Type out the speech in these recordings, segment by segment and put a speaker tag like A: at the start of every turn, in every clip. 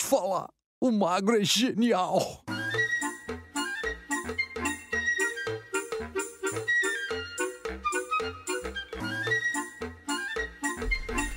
A: falar, o magro é genial.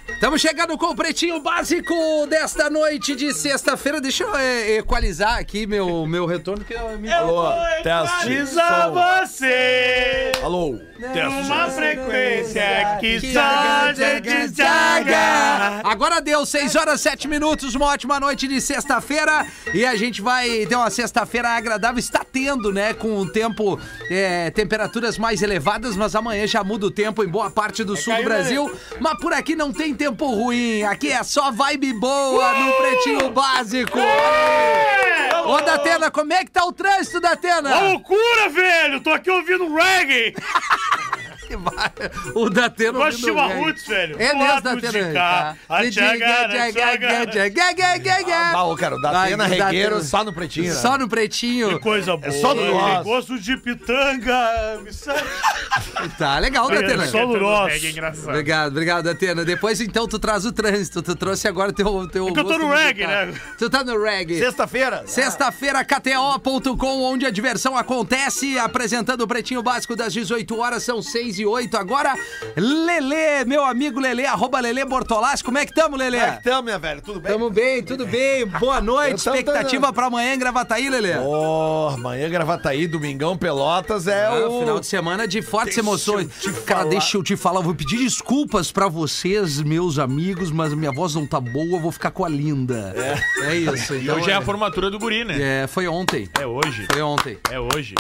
B: Estamos chegando com o pretinho básico desta noite de sexta-feira. Deixa eu é, equalizar aqui meu, meu retorno, que eu me.
C: Alô, teste.
D: Avisa
C: som.
D: você
C: Alô,
B: Né?
D: uma
C: teste.
D: frequência que só gente
B: Zaga.
D: zaga.
B: Agora deu 6 horas 7 minutos, uma ótima noite de sexta-feira e a gente vai ter uma sexta-feira agradável. Está tendo, né? Com o tempo, é, temperaturas mais elevadas, mas amanhã já muda o tempo em boa parte do sul do
D: É, caiu, né?
B: Brasil. Mas por aqui não tem tempo ruim, aqui é só vibe boa no pretinho básico. Ô, Datena, como é que tá o trânsito,
D: Uma
B: Datena?
D: loucura, velho! Tô aqui ouvindo reggae!
B: O Datena
D: Gosto de
B: ouvindo
D: uma
B: reggae.
D: roots, velho!
B: É mesmo Tá. da
D: Tena.
C: Ah,
B: Tena.
C: ô, cara, o
B: Ah, Vai,
C: Datena é
B: o Datena.
C: Regueiro só no pretinho. né?
B: Só no pretinho.
E: É
D: Coisa boa.
C: só do
D: Tem
C: nosso.
D: Gosto de pitanga. me sai.
B: Tá legal, Datena.
D: É só do nosso.
B: Obrigado, obrigado, Datena. Depois então tu traz o trânsito. Tu trouxe agora teu. teu
D: É que eu tô
B: gosto
D: no
B: musical.
D: reggae, né?
B: Tu tá no reggae.
C: Sexta-feira.
B: Sexta-feira, KTO.com, onde a diversão acontece, apresentando o Pretinho Básico das 18 horas, são 6 e 8 agora. Lelê, meu amigo Lelê, arroba Lelê Bortolassi, como é que tamo, Lelê?
C: Como é que tamo, minha velha? Tudo bem?
B: Tamo bem, tudo bem. Boa noite.
C: Eu tamo
B: Expectativa pra amanhã em Gravataí, Lelê.
C: Ô, amanhã Gravataí, domingão, Pelotas é
B: Ah,
C: o...
B: Final de semana de fortes
C: Deixa
B: emoções.
C: eu te
B: Cara,
C: falar.
B: deixa eu te falar. Eu vou pedir desculpas pra vocês, meus amigos, mas minha voz não tá boa, eu vou ficar com a linda. É, isso.
E: E
B: Então,
E: hoje é a formatura do guri, né?
B: é, foi ontem.
E: É hoje.
B: Foi ontem.
E: É hoje.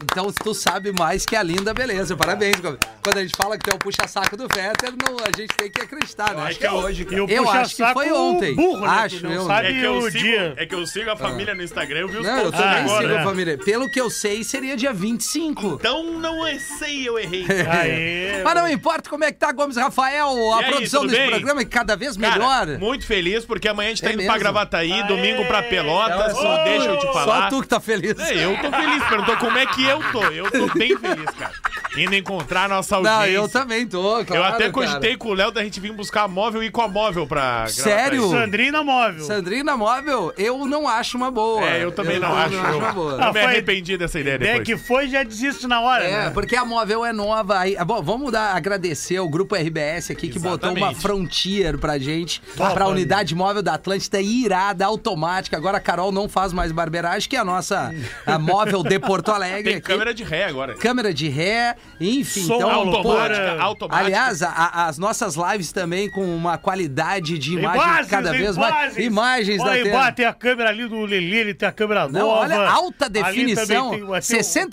B: Então tu sabe mais que a linda beleza. Parabéns. Quando a gente fala que tem o puxa-saco do Fetter, não, a gente tem que acreditar, né?
E: Acho que é hoje, cara.
D: E o
B: Eu
D: puxa
B: acho que
D: saco
B: foi ontem.
D: Burro, né?
B: Acho,
D: Tu não
B: eu-
D: sabe
E: É que
D: o
E: eu, sigo,
D: dia.
E: é que eu sigo a família no Instagram, eu vi os
B: Não, eu
E: posts
B: também
D: agora,
B: sigo,
D: né?
B: família. Pelo que eu sei, seria dia 25.
E: Então não é- sei, eu errei.
D: Aê,
B: Mas não importa como é que tá, Gomes Rafael, a
E: E aí,
B: produção
E: tudo
B: desse
E: bem?
B: programa é cada vez
E: Cara,
B: melhor.
E: muito feliz porque amanhã a gente tá
B: É
E: indo pra
B: mesmo?
E: Gravataí, domingo pra
B: Olha
E: Pelotas, só
B: só.
E: deixa eu te falar.
B: Só tu que tá feliz.
E: É, eu tô feliz, perguntou como é que eu tô. Eu tô bem feliz, cara. Indo encontrar a nossa audiência.
B: Não, eu também tô, claro,
E: Eu até
B: cara.
E: cogitei com o Léo da gente vir buscar a móvel e com a móvel pra Gravataí.
B: Sério?
D: Sandrina Móvel.
B: Sandrina Móvel, eu não acho uma boa.
E: É, eu também não, acho.
B: Não acho uma boa.
E: Eu,
D: Ah,
E: me
D: foi-
E: arrependi dessa ideia
D: É
E: depois.
D: que foi, já desisto na hora.
B: É,
D: né?
B: porque a móvel é nova. Aí, Ah, bom, vamos dar, agradecer ao grupo RBS aqui que botou uma
E: Exatamente.
B: Frontier pra gente,
D: Top,
B: pra unidade móvel da Atlântida é irada, automática. Agora a Carol não faz mais barbeiragem, que é a nossa a móvel de Porto Alegre.
E: Tem
B: aqui.
E: câmera de ré agora.
B: Câmera de ré, enfim.
D: Som
B: então, pô,
D: automática,
E: automática.
B: Aliás, a- a- as nossas lives também com uma qualidade de imagem cada vez mais. Imagens
D: Olha,
B: da
D: aí,
B: tela.
D: bah, tem a câmera ali do Lelê, ele tem a câmera nova.
B: Não, olha, alta
D: Ali também
B: definição.
D: tem- tem o-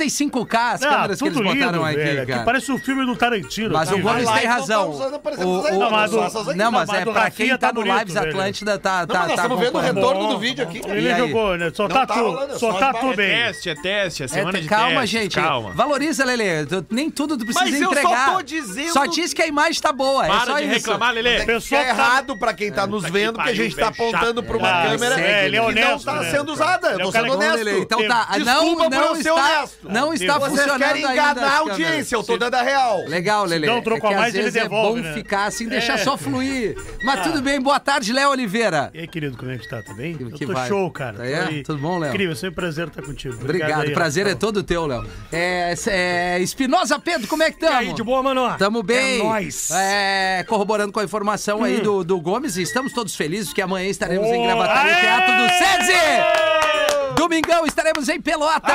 B: 65K as
D: Ah,
B: câmeras que eles
D: tudo
B: botaram
D: lindo,
B: aqui,
D: velho. é
B: cara.
D: Aqui parece o filme do Tarantino.
B: Mas
D: aqui,
B: o Gomes
D: velho.
C: lá
B: tem
C: então tá
B: razão.
C: usando, parecendo
B: O-
C: isso aí,
B: o-
C: não,
D: mas
B: o-
D: o- essas aí
B: não,
D: não,
B: mas
D: mas
B: é
D: do
B: pra
D: Rafinha
B: quem tá
D: tá
B: no
D: bonito,
B: Lives
D: velho.
B: Atlântida, tá.
C: Não,
B: tá,
C: mas nós
B: tá
C: estamos vendo o
B: acompanhando.
C: retorno do vídeo aqui, cara.
B: E
D: Ele
B: aí?
D: jogou, né? Só
C: Não
D: tá
C: tá rolando,
D: tu,
C: só
D: só tá
C: de
D: tu
C: barra-
E: É
D: bem.
E: teste, é teste, é
B: É,
E: semana de
B: calma,
E: testes,
B: gente.
E: Calma.
B: Valoriza, Lelê. Tu- Nem tudo tu precisa
C: Mas eu só
B: entregar.
C: tô dizendo-
B: Só diz que a imagem tá boa. é
E: Para
B: só
E: de
B: isso.
E: reclamar, Lelê.
D: Pessoal
C: Pessoal é
D: tá-
C: errado pra quem tá nos
E: que
C: vendo que a
E: pariu,
C: gente tá
E: velho, chato.
C: apontando pra uma
D: Ah,
C: câmera
B: segue,
D: é, ele é
C: que não
D: honesto,
C: tá
D: né?
C: sendo usada. Eu
D: Ele é
C: tô
D: um cara
C: sendo
B: Bom,
C: honesto.
B: Lelê, então tá.
C: Desculpa
B: não,
C: por
B: não
C: eu ser
B: está,
C: honesto.
B: não está
C: Vocês
B: funcionando
C: querem
B: ainda
C: enganar a
B: as câmeras.
C: audiência, eu tô dando a real.
B: Legal, Lelê.
D: dá um troco
B: é que
D: a mais,
B: às vezes
D: ele devolve,
B: é bom
D: né?
B: ficar assim, deixar
D: É.
B: só fluir. Mas tudo bem, boa tarde, Léo Oliveira.
D: E aí, querido, como é que tá? Tá bem?
B: Que-
D: Eu
B: que
D: tô
B: vai.
D: show, cara.
B: Tá
D: Tô
B: é?
D: aí.
B: Tudo bom, Léo?
D: Incrível, sempre um prazer estar contigo.
B: Obrigado,
D: aí,
B: prazer é
D: Rafael.
B: todo teu, Léo. É, é, Espinosa Pedro, como é que estamos?
F: E aí, de boa, mano?
B: Tamo bem.
F: É nóis. Hum.
B: É, corroborando com a informação aí do, do Gomes, estamos todos felizes que amanhã estaremos
F: Oh.
B: em Gravataí,
D: aê!
B: Teatro do SESI. Domingão estaremos em Pelota.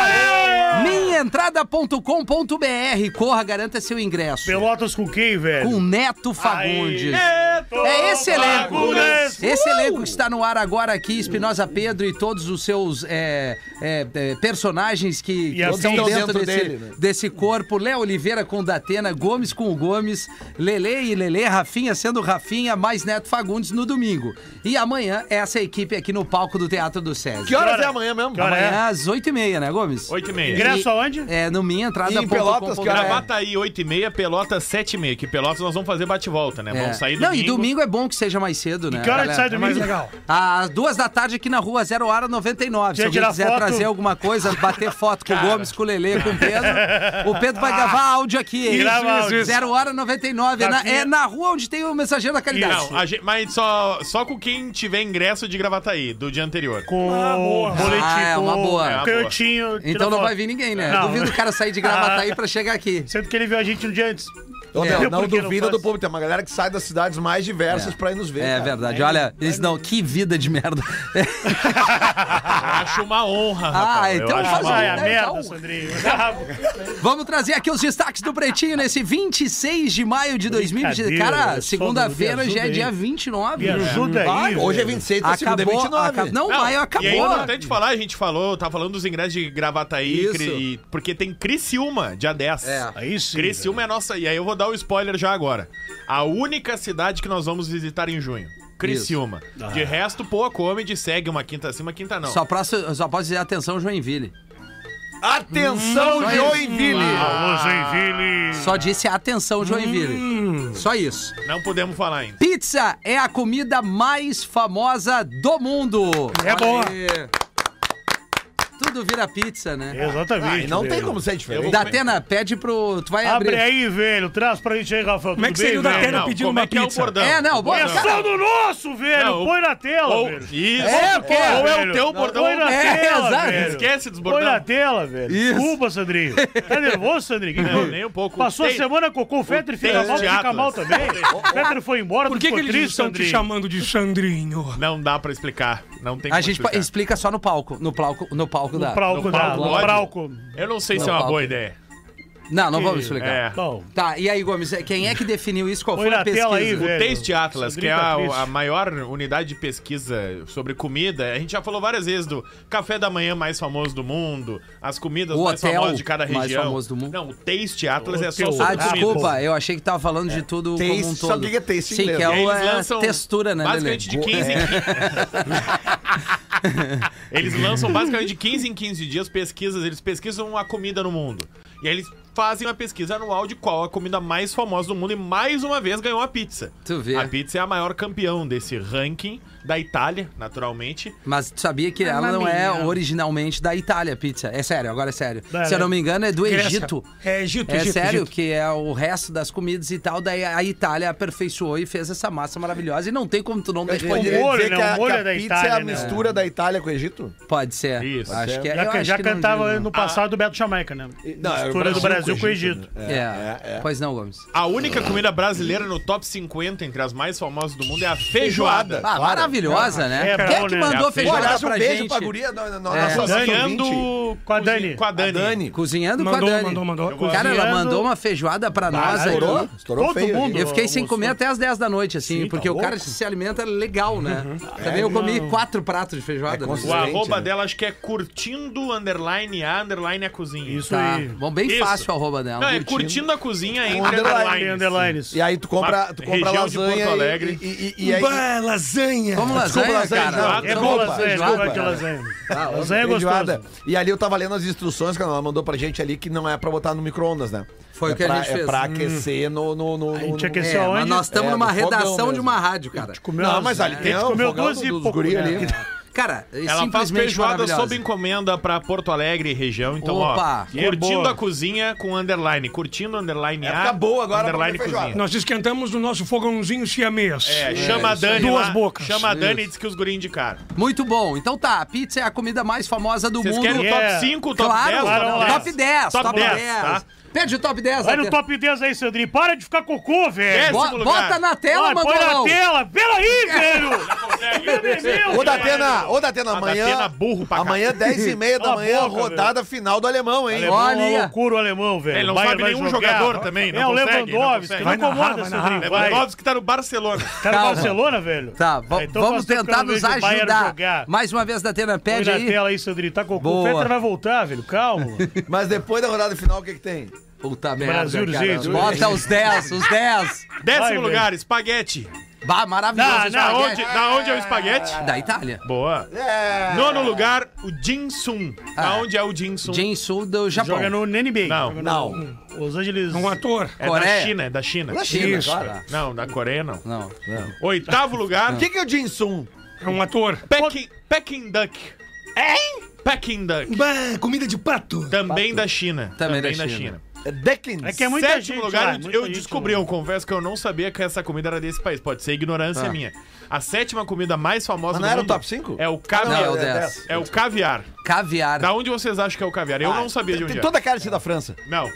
B: Minhaentrada.com.br. Corra, garanta seu ingresso.
D: Pelotas com quem, velho?
B: Com Neto Fagundes.
D: Neto
B: É esse elenco.
D: Fagundes.
B: Esse elenco que está no ar agora aqui, Espinosa Pedro e todos os seus é, é, é, personagens que, que
D: assim
B: estão
D: estão
B: dentro,
C: dentro
B: desse,
C: dele, né?
B: desse corpo. Léo Oliveira com o Datena, Gomes com o Gomes, Lele e Lele, Rafinha sendo Rafinha, mais Neto Fagundes no domingo. E amanhã, essa equipe aqui no palco do Teatro do César.
C: Que horas
D: Cara,
C: é amanhã mesmo.
D: Que hora é?
B: Amanhã às 8h30, né, Gomes?
E: 8 e meia.
D: Ingresso aonde?
B: É, no minha entrada.
C: E em Pelotas, que hora é?
E: Gravata aí, 8 e meia, Pelotas 7 e meia. Que Pelotas nós vamos fazer bate-volta, né? Vamos sair
B: Não, e domingo é bom que seja mais cedo, né?
D: Que hora a gente
B: galera?
D: sai domingo?
B: Tá Às duas da tarde aqui na rua, zero hora 99. Se
D: Quer
B: alguém
D: tirar
B: quiser
D: foto?
B: trazer alguma coisa, bater foto com o Gomes, com o Lelê, com o Pedro, o Pedro vai gravar áudio aqui. hein?
D: grava áudio. Tá
B: Zero hora 99. É na, é na rua onde tem o mensageiro da caridade.
E: Não, a gente- mas só, só com quem tiver ingresso de Gravataí, do dia anterior.
D: Com o boletim.
B: Ah, é uma
D: com
B: boa.
E: É uma
D: Canhotinho. tira
B: então não
D: foto.
B: vai vir ninguém, né?
D: Não.
B: Duvido o cara sair de gravata aí pra chegar aqui.
D: Sendo que ele viu a gente no dia antes.
C: Ô,
B: É.
C: Del, não
D: Por que não
C: duvida
D: faz?
C: do público. Tem uma galera que sai das cidades mais diversas pra ir nos ver.
B: É
C: cara.
B: verdade. Olha, eles não, que vida de merda.
E: Eu acho uma honra,
B: Ah,
E: rapaz. Eu
B: então
E: acho
B: faz
E: uma
D: Vai,
B: um-
E: honra.
D: a
B: Então-
D: merda, Sandrinho.
B: Vamos trazer aqui os destaques do Pretinho nesse 26 de maio de 2020.
D: Brincadeira,
B: Cara,
D: só
B: segunda-feira
D: me ajuda
B: já é
D: aí.
B: dia 29.
D: Me ajuda aí.
C: Hoje é
D: velho.
C: 26, tá segunda é
B: Acabou,
C: 29.
B: acabou. Não,
E: Não,
B: maio
E: E é
B: acabou.
E: importante falar, a gente falou, tá falando dos ingressos de Gravataí,
B: Isso.
E: Cri- e- porque tem Criciúma, dia 10.
B: É.
D: Aí sim.
E: Criciúma é nossa. E aí eu vou dar o spoiler já agora. A única cidade que nós vamos visitar em junho. Criciúma. De resto, pô, a comedy segue uma quinta sim, uma quinta não.
B: Só, posso, só posso dizer atenção, Joinville.
C: Atenção, Joinville!
D: Alô, Joinville.
B: Só disse atenção, Joinville. Só isso.
E: Não podemos falar ainda.
B: Pizza é a comida mais famosa do mundo.
D: É boa.
B: aí. Tudo vira pizza, né?
D: Exatamente.
C: Ah, não tem
D: velho.
C: como ser diferente.
B: Datena, pede pro. Tu vai
D: É, Abre
B: abrir.
D: aí, velho. Traz pra gente aí, Rafael.
F: Como é
D: Tudo
F: que seria o
D: bem,
F: da
D: velho?
F: Terra pedindo
E: como
F: uma
E: é que é o
F: pizza?
E: bordão?
B: É, não,
E: O
B: bora.
E: bordão.
D: Pressão do nosso, velho.
E: Não,
D: Põe na tela,
E: Ou,
D: velho.
E: isso,
B: É,
E: ou
B: pô.
E: é o teu
D: Não,
E: bordão.
D: Põe na
B: É,
D: tela,
B: exato.
D: velho.
E: Esquece dos
D: Põe na
E: bordão.
D: tela, velho.
B: Isso.
D: Desculpa, Sandrinho. Tá nervoso, Sandrinho? Que que
E: Não,
D: foi?
E: nem um pouco.
D: Passou
E: Tem-
D: a semana, cocô. O Fetter fica
E: Tem
D: mal,
E: de
D: fica
E: Atlas.
D: mal também. O Fetter foi embora,
F: Por
D: tu
F: que, que
D: ficou
F: eles
D: triste,
F: estão te
D: Sandrinho.
F: chamando de Xandrinho?
E: Não dá pra explicar. Não tem
B: A
E: como
B: gente pa-
E: explicar.
B: explica só no palco. No palco, no palco da.
D: Prauco,
E: No
D: dá.
E: palco,
D: No
E: pode?
D: Prauco.
E: Eu não sei se
B: Não,
E: é
B: tá
E: uma
B: Paulo.
E: boa ideia.
B: Não, não vamos explicar.
E: É.
D: Bom,
B: Tá, e aí, Gomes, quem é que definiu isso? Qual
D: Põe
B: foi a
D: na
B: pesquisa?
D: tela aí, velho.
E: Taste Atlas, que é
D: Sandrinho
E: a,
D: tá triste.
E: a maior unidade de pesquisa sobre comida, a gente já falou várias vezes do café da manhã mais famoso do mundo, as comidas
B: O
E: mais
B: hotel
E: famosas de cada região.
B: mais famoso do mundo.
E: Não, o Taste Atlas é só
D: Hotel.
E: sobre
B: Ah,
D: Ah,
B: desculpa, eu achei que tava falando de tudo
C: Taste,
B: como um todo.
C: sabe o que é taste em
B: Sim,
C: inglês?
B: que é
E: E aí
B: o-
E: eles
B: é a
E: lançam
B: textura, né, Lelê?
E: basicamente de 15 em 15. eles lançam basicamente de 15 em 15 dias pesquisas, eles pesquisam a comida no mundo. E aí eles fazem uma pesquisa anual de qual a comida mais famosa do mundo e mais uma vez ganhou a pizza.
B: Tu vê.
E: A pizza é a maior campeão desse ranking da Itália, naturalmente.
B: É, Mas tu sabia que ela não é originalmente da Itália, pizza. É sério, agora é sério.
D: Não,
B: Se eu
D: né?
B: não me engano, é do Egito.
F: É Egito,
B: É
F: Egito,
B: sério
F: Egito.
B: que é o resto das comidas e tal, daí a Itália aperfeiçoou e fez essa massa maravilhosa e não tem como tu não
C: A gente
B: defender.
C: poderia
D: O molho,
C: dizer
D: né?
C: que
D: O
C: a,
D: molho
C: que a
D: é da
C: pizza é a
D: Itália, né?
C: mistura da Itália com o Egito?
B: Pode ser.
E: Isso.
B: Acho
C: Pode
B: que é. eu
D: já,
B: acho
D: já
B: que não
D: cantava
E: Ah.
B: digo,
D: no passado o Beto Jamaica, né?
C: Não, é o
D: Mistura do Brasil com o Egito.
B: É. Pois não, Gomes.
E: A única comida brasileira no top 50 entre as mais famosas do mundo é a
C: Feijoada.
E: feijoada.
B: Ah,
C: Claro.
B: maravilhosa, né?
D: É,
B: Quem é
D: bom,
B: que
D: né?
B: mandou
E: É,
C: Pô,
B: feijoada
C: aliás, um
B: pra
C: beijo
B: gente?
C: pra guria, no, no,
B: É.
C: nossa
E: Cozinhando
C: ouvinte.
D: Com a Dani.
E: Com a Dani.
C: Dani.
B: Cozinhando
F: Mandou,
B: com a Dani.
F: mandou, mandou.
E: vou-
B: Cara, ela
D: Cozinhando.
B: mandou uma feijoada pra nós aqui.
C: Estourou? Estourou
D: Todo
C: feio.
D: mundo.
B: Eu fiquei sem
D: Almoçou.
B: comer até as 10 da noite, assim, porque o cara se alimenta legal, né? Também eu comi quatro pratos de feijoada.
C: É
B: né?
E: O
C: consistente. Excelente,
E: arroba
C: né?
E: dela acho que é curtindo underline a underline a cozinha.
D: Isso
B: Tá.
D: aí.
B: Bom, bem
E: Isso.
B: fácil a arroba dela.
E: Não, é curtindo a cozinha entre
C: Underline.
E: underline.
D: Underlines.
C: E aí tu compra,
E: Mas-
C: tu compra
E: região de
C: lasanha
E: Porto
C: e-
E: Alegre.
C: e, e, e, aí...
F: Bah, lasanha!
B: Vamos lá,
C: Desculpa, lasanha,
B: cara.
C: não.
D: É
B: Então,
D: bom
C: Desculpa,
D: lasanha,
C: desculpa,
D: gosto de
C: cara.
D: lasanha.
C: Ah,
D: Lasanha é
C: feijoada.
D: gostosa.
C: E ali eu tava lendo as instruções que ela mandou pra gente ali, que não é pra botar no micro-ondas, né?
B: Foi
C: É
B: o que a
C: pra-
B: gente fez.
C: É pra aquecer no... no, no,
D: A gente
C: no-
B: É,
D: aqueceu
B: mas
D: aonde?
B: nós estamos
C: É,
B: numa
C: no fogão
B: redação de
C: mesmo.
B: uma rádio, cara.
D: Comeu
C: Não,
D: umas-
C: mas ali
D: A
C: tem
D: gente
C: o
D: comeu
C: fogão
D: duas e
C: dos
D: pouco.
C: guri
D: né?
C: ali.
B: Cara, é
E: Ela faz
B: simplesmente
E: feijoada
B: maravilhosa.
E: sob encomenda pra Porto Alegre e região. Então,
B: Opa.
E: ó,
D: É
E: curtindo
D: boa.
E: a cozinha com underline. Curtindo underline
C: É,
E: a.
C: fica boa agora pra
E: underline
C: comer feijoada.
E: cozinha.
F: Nós esquentamos o nosso fogãozinho siamês.
E: É, chama a Dani.
F: Duas
E: lá,
F: bocas.
E: Chama a Dani e diz que os guri indicaram.
B: Muito bom. Então tá, a pizza é a comida mais famosa do
E: Vocês
B: mundo.
E: querem é, o top
D: Yeah.
E: 5, top
B: Claro,
E: 10?
D: Claro, vamos lá.
B: top 10, top 10.
E: tá?
B: Pede o top 10.
D: Vai no
B: até.
D: top 10 aí, Sandrinho. Para de ficar cocô, velho.
E: Desce,
B: Bo-
E: décimo lugar.
B: Bota na tela,
D: Vai, põe na
B: mandou.
D: tela. Pera aí, velho.
E: Consegue.
C: Ô, Datena, ô, Datena,
E: Tá A
C: amanhã...
E: Datena burro pra
C: Amanhã, é 10h30 da
D: Cala a
C: manhã,
D: boca,
C: rodada final do alemão, hein?
D: Alemão,
B: Olha.
D: uma loucura o alemão, velho.
E: Ele não
D: Bayern
E: sabe
D: vai
E: nenhum
D: jogar.
E: jogador também, não
D: É o
E: consegue,
D: Lewandowski.
E: não consegue.
D: Não
F: Vai narrar,
D: incomoda,
F: vai narrar.
D: Sandrinho. Vai.
E: Lewandowski que tá no Barcelona.
D: Tá no
B: Calma.
D: Barcelona, velho?
B: Tá, va-
D: Ah, então
B: vamos
D: faz tempo que eu
B: tentar
D: não
B: nos
D: vejo o Bayern
B: ajudar.
D: jogar.
B: Mais uma vez, Datena,
D: Põe
B: pede
D: na
B: aí.
D: tela aí, Sandrinho. Tá cocô.
B: Boa.
D: O Fetter vai voltar, velho. Calma.
C: Mas depois da rodada final, o que que tem?
B: Puta merda,
D: Brasilzinho,
B: cara.
D: Brasil.
B: Bota os 10, os 10.
E: Décimo
D: Vai,
E: lugar, espaguete.
B: Bah, maravilhoso.
D: Não,
B: esse
D: não,
B: espaguete.
E: Onde, da onde é o espaguete?
B: Da Itália.
E: Boa. Nono lugar, o Jinsun.
B: Ah.
E: Da onde é o Jinsun?
B: Jinsu do Japão.
D: Joga no NBA.
E: Não,
D: Joga
C: não.
D: no- Los Angeles.
F: Um ator.
E: É
B: Coreia.
E: da China, é da China.
C: Na China,
F: Isso.
C: claro.
E: Não, da Coreia não.
B: Não.
E: Oitavo lugar,
C: O que, que é o Jinsun?
F: É um ator.
E: Peking, Peking Duck. Hein? Peking Duck.
F: Bah, comida de pato.
E: Também da China.
B: Também da China.
C: É Declan.
D: É que é muita
E: Sétimo
D: gente
E: lugar,
D: lá,
E: eu-
D: muita
E: eu
D: gente
E: descobri,
D: lá.
E: eu confesso que eu não sabia que essa comida era desse país. Pode ser ignorância
B: Ah.
E: minha. A sétima comida mais famosa
C: Mas
E: do
C: não era o
E: mundo
C: top cinco?
E: É o
B: Não,
E: caviar.
B: é o
C: é
B: 10.
E: é o caviar.
B: Caviar.
E: Da onde vocês acham que é o caviar? Eu não sabia de onde
C: Ah, Tem
E: era.
C: toda a cara de ser da França.
E: Não.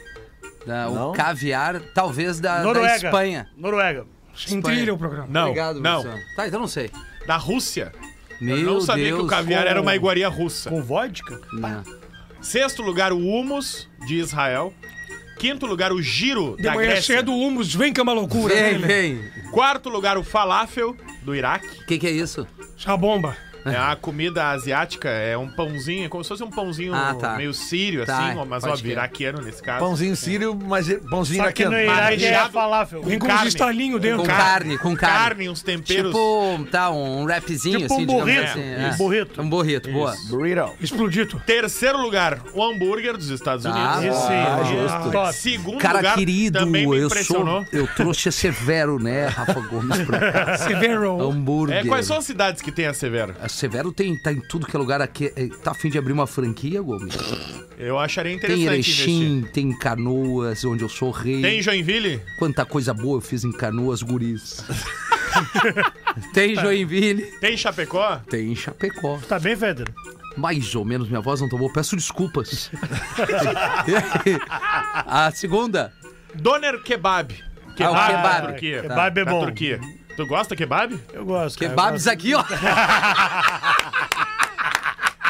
B: Da- o
C: Não?
B: caviar, talvez da, da
D: Noruega.
B: Espanha.
D: Noruega.
F: Sem trilha o programa.
E: Não. não.
B: professor. Tá, então não sei.
E: Da Rússia.
B: Meu
E: eu não sabia
B: Deus.
E: que o caviar
D: com-
E: era uma iguaria russa.
D: Com vodka?
B: Não.
E: Sexto lugar, o humus de Israel. Quinto lugar, o giro
F: De
E: da
F: manhã
E: Grécia.
F: cedo, o Humus vem é com a malucura.
B: Vem,
D: né?
B: vem.
E: Quarto lugar, o falafel do Iraque.
B: O que, que é isso?
F: Essa bomba.
E: É a comida asiática, é um pãozinho, é como se fosse um pãozinho
B: Ah, tá.
E: meio sírio,
B: Tá,
E: assim, mas
B: pode
E: óbvio,
B: crer.
E: iraquiano nesse caso.
C: Pãozinho sírio, mas é pãozinho
D: Só que
C: iraquiano.
D: no Iraque é
E: Recheado-
D: falafel.
F: Vem com, uns
E: carne.
F: estalinhos dentro.
B: Com carne, com carne.
E: Carne, uns temperos.
B: Tipo, tá, um rapzinho
D: Tipo
B: assim,
D: um
B: digamos
D: burrito.
B: assim.
D: É,
B: é.
D: um burrito.
B: Um burrito, boa.
C: Burrito.
F: Explodito.
E: Terceiro lugar, o hambúrguer dos Estados
B: Tá,
E: Unidos.
D: Esse
B: Ah,
D: é
B: justo.
D: top.
E: Segundo
B: Cara
E: Um lugar,
B: querido,
E: também me
B: eu sou.
E: impressionou.
B: Eu trouxe a Severo, né, Rafa Gomes, pra cá.
F: Severo.
B: Hambúrguer.
E: É, quais são as cidades que tem a Severo?
B: A Severo tem, tá em tudo que é lugar aqui. É, Tá afim de abrir uma franquia, Gomes?
E: Eu acharia
B: Tem
E: interessante investir.
B: Erechim, tem Canoas, onde eu sou rei.
E: Tem Joinville?
B: Quanta coisa boa eu fiz em Canoas, guris. tem
E: Tá.
B: Joinville.
E: Tem Chapecó?
B: Tem Chapecó.
D: Tá bem, Feder?
B: Mais ou menos, minha voz não tomou. Peço desculpas. a segunda,
E: Doner Kebab.
B: Ah, o
E: da
B: kebab.
E: Turquia.
D: Kebab é
E: Da
D: bom.
E: Turquia. Tu gosta de kebab?
D: Eu gosto. cara, eu
B: kebabs aqui, ó.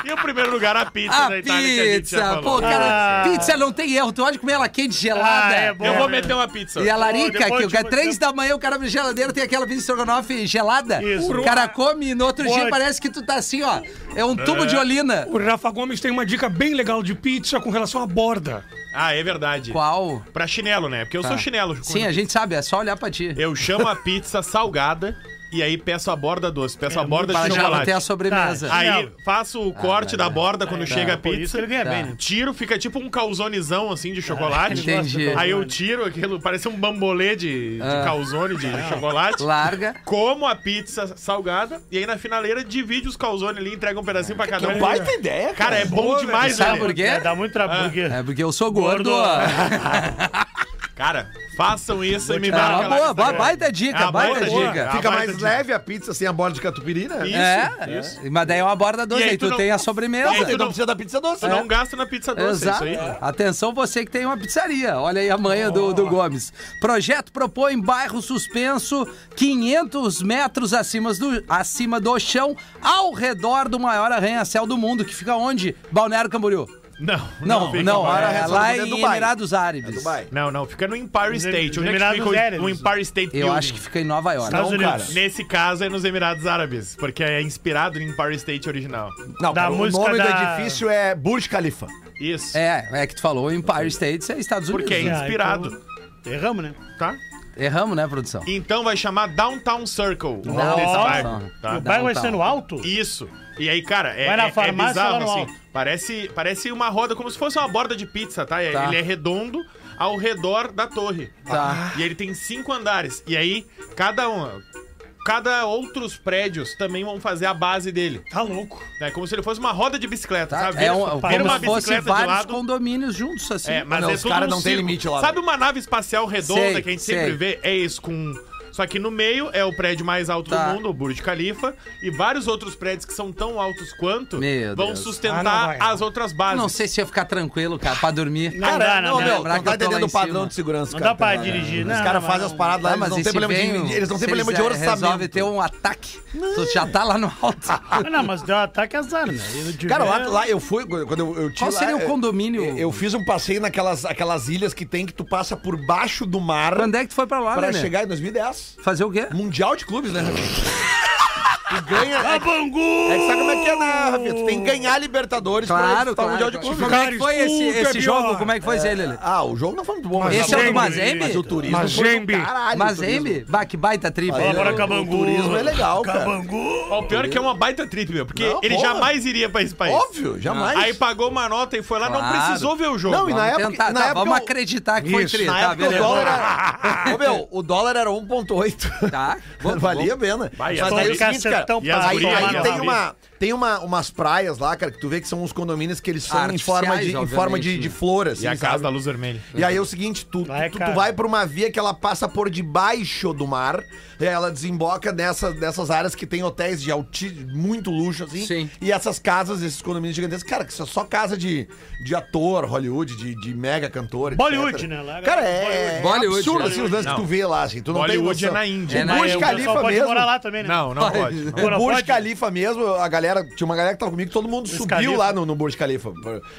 E: E o primeiro lugar, a pizza
B: A
E: da Itália, que a gente já
B: pizza.
E: falou.
B: Pô, cara,
D: Ah.
B: pizza não tem erro. Tu pode comer ela quente, gelada.
D: Ah, é bom.
E: Eu vou
D: É.
E: meter uma pizza.
B: E a
D: Pô,
B: larica,
D: depois
B: que
D: eu te
B: o
D: vou-
B: três da manhã o cara abre a geladeira tem aquela pizza estrogonofe gelada.
D: Isso.
B: O cara come e no outro dia
D: Pode.
B: parece que tu tá assim, ó. É um tubo de olina.
F: O Rafa Gomes tem uma dica bem legal de pizza com relação à borda.
E: Ah, é verdade.
B: Qual?
E: Pra chinelo, né? Porque eu
B: Tá.
E: sou chinelo.
B: Sim, a gente sabe, é só olhar pra ti.
E: Eu chamo a pizza salgada e aí peço a borda doce.
D: É
E: Peço a borda
B: Pra
E: de
B: já
E: chocolate.
B: até a sobremesa.
D: Tá.
E: Aí
D: Chinelo.
E: faço o corte da borda quando chega a
D: É, Por isso
E: pizza.
D: que ele ganha
B: Tá.
D: bem, né?
E: Tiro, fica tipo um calzonezão assim de chocolate.
B: Entendi.
E: Aí eu tiro aquilo, parece um bambolê de, de
B: Ah.
E: calzone de
D: Ah.
E: chocolate.
B: Larga.
E: Como a pizza salgada e aí na finaleira divide os calzone ali, entrega um pedacinho pra cada um.
C: Baita ideia, cara.
E: Cara, é bom demais,
B: Sabe
E: velho.
B: por quê?
D: É, dá muito
E: Ah.
D: trabalho. porque-
B: É porque eu sou gordo. Ah,
D: Gordo.
E: Cara, façam isso e me
B: É uma
E: marca lá.
B: boa,
E: no Instagram.
B: boa, baita
E: É
B: dica,
E: uma
B: baita
E: boa.
B: dica.
E: Ah,
C: Fica
E: baita
C: mais
E: dica.
C: leve a pizza sem a borda de catupiry, né?
E: Isso,
B: É,
E: isso.
B: é. mas daí é uma borda doce,
E: E
B: aí,
E: aí
B: tu,
E: tu não-
B: tem a sobremesa.
E: Aí
C: Tu
E: tu
C: não
E: não-
C: precisa da pizza doce. né?
E: Tu não gasta na pizza doce,
B: né? Exato.
E: é isso aí.
B: Atenção você que tem uma pizzaria. Olha aí a manha do, do Gomes. Projeto propõe bairro suspenso 500 metros acima do, acima do chão, ao redor do maior arranha-céu do mundo, que fica onde? Balneário Camboriú.
E: Não,
B: Não, não,
E: fica
B: é,
E: barato.
C: arranha-céu
B: lá
C: do mundo é
B: em
C: Dubai.
B: Emirados Árabes.
C: Dubai.
E: Não, não, fica no Empire State. Onde é que
D: Emirados
E: fica o- o,
D: Árabes.
E: Empire State
B: Eu acho que fica em Nova York.
E: Então-
D: Estados
C: Não,
D: Unidos.
C: cara.
E: Nesse caso é nos Emirados Árabes, porque é inspirado no Empire State original.
C: Não,
D: Da
C: cara, o
D: música
C: nome
D: da-
C: do edifício é Burj Khalifa.
E: Isso.
B: É, é que tu falou Empire States é Estados Unidos.
E: Porque é
B: né?
D: Ah,
E: inspirado,
D: então, Erramos, né?
E: tá?
B: Erramos, né, produção?
E: Então vai chamar Downtown Circle. o nome
B: Não,
E: desse
D: não.
E: bairro, tá?
D: o bairro vai
B: tá.
D: sendo alto?
E: Isso. E aí, cara, é,
D: Vai na
E: é- é
D: farmácia, lá
E: bizarro,
D: no
E: assim.
D: alto.
E: Parece, parece uma roda, como se fosse uma borda de pizza, tá? É-
B: Tá.
E: Ele é redondo ao redor da torre.
B: Tá.
E: E ele tem cinco andares. E aí, cada um... Cada outros prédios também vão fazer a base dele.
F: Tá louco.
E: É como se ele fosse uma roda de bicicleta,
B: Tá?
E: sabe?
B: É
E: Vira,
B: um,
E: vira
B: como
E: uma
B: se fosse
E: bicicleta de
B: vários
E: lado.
B: condomínios juntos, assim.
E: É, mas
C: Não,
E: é
C: os
E: tudo
C: cara
E: num
C: não tem
E: círculo.
C: limite lá,
E: Sabe uma nave espacial redonda
B: Sei,
E: que a gente
B: sei.
E: sempre vê? É isso, com... Só que no meio é o prédio mais alto
B: Tá.
E: do mundo, o Burj Khalifa, e vários outros prédios que são tão altos quanto
B: Meu
E: vão
B: Deus.
F: Ah,
E: sustentar
F: não vai,
E: as outras bases.
B: Não sei se ia ficar tranquilo, cara, pra dormir.
D: Não dá, não dá.
B: meu, que eu
C: não tá
B: tô lá
C: entendendo
B: em
C: o padrão
B: cima.
C: de segurança,
D: Não
C: cara.
D: dá pra dirigir, né?
C: Os caras fazem as paradas lá,
B: Tá,
C: eles
B: mas
C: não
B: esse
C: têm problema
B: bem,
C: de... Eles não
B: se
C: têm problema de
B: eles, eh,
C: orçamento.
B: resolve ter um ataque, tu já tá lá no alto.
D: Ah, Não, mas deu um ataque azar, né? Eu tive-
C: Cara, lá, lá eu fui, quando eu, eu
B: É.
C: tive
B: Qual seria
C: lá,
B: o
C: eu-
B: condomínio?
C: Eu, fiz um passeio naquelas aquelas ilhas que tem que tu passa por baixo do mar
B: Quando é que tu foi pra lá,
C: pra
B: Lelê?
C: chegar em 2010.
B: Fazer o quê?
C: Mundial de clubes, né? Tu ganha.
D: A
C: É, que-
D: Bangu!
C: é que sabe como é que é, né, Rafinha? Tu tem que ganhar Libertadores
B: Claro,
C: pra disputar
B: claro.
C: o Mundial um de
B: claro.
C: Clubes.
B: Como é que foi
F: Cara,
B: esse,
F: escuta,
B: esse
F: é
B: jogo?
F: pior.
B: Como é que foi esse, Lele?
C: Ah, o jogo não foi muito bom,
F: Mas
B: Esse é o do
F: Mazembe.
B: Mazembe?
C: Mas o turismo
F: Mas
C: foi do
F: Zembe.
C: caralho.
B: Mazembe? Bah, que baita tripa.
C: Mas
D: Fala
C: é-
D: para
C: o
D: Cabangu.
C: turismo é legal, cara.
D: Cabangu.
E: Ó, o pior é que é uma baita trip, meu, porque
C: Não,
E: ele
C: porra.
E: jamais iria pra esse país.
C: É Óbvio, jamais.
E: Aí pagou uma nota e foi lá, não
B: Claro.
E: precisou ver o jogo.
C: Não, e na
B: Vamos
C: época-
B: tentar,
C: na
B: tá?
C: época
B: Vamos
C: eu-
B: acreditar que foi
F: Isso,
B: treta,
C: Na
B: tá?
C: época o
B: Beleza.
C: dólar era. Ô, meu, o dólar era 1,8.
B: Tá, bom,
C: Valia a pena. Mas
E: Vai, é
C: aí
E: só
C: é o seguinte, cara.
D: cacetão
E: e as
D: pra
C: Aí,
E: gurias
D: tomar
E: lá
C: aí
E: na
D: na
C: tem,
E: vida.
C: uma, tem uma, umas praias lá, cara, que tu vê que são uns condomínios que eles são em
B: Artificiais,
C: forma de, em forma de,
B: obviamente,
C: de
B: né?
C: flor, assim,
E: E a
C: sabe?
E: casa da luz vermelha.
C: E aí é o seguinte, tu,
D: Lá é
C: tu, tu
D: caro.
C: vai pra uma via que ela passa por debaixo do mar, e aí ela desemboca nessa, nessas áreas que tem hotéis de alti, muito luxo, assim.
B: Sim.
C: E essas casas, esses condomínios gigantescos, cara, que isso é só casa de, de ator, Hollywood, de, de mega cantor, etc.
D: Bollywood, né? Lá,
C: Cara, é,
B: Bollywood. né?
C: é absurdo,
B: Bollywood.
C: assim, os lances que tu vê lá, assim. Tu não tem
E: Bollywood é
C: noção.
E: na Índia.
B: É
C: O
B: na
C: Burj
B: Índia.
D: Khalifa
C: Khalifa
D: pode
C: mesmo.
D: morar lá também, né?
E: Não, não pode. não.
C: O
D: Agora
C: Burj
D: pode?
C: Khalifa mesmo, a galera, tinha uma galera que tava comigo, todo mundo subiu
D: Khalifa.
C: lá no, no Burj Khalifa.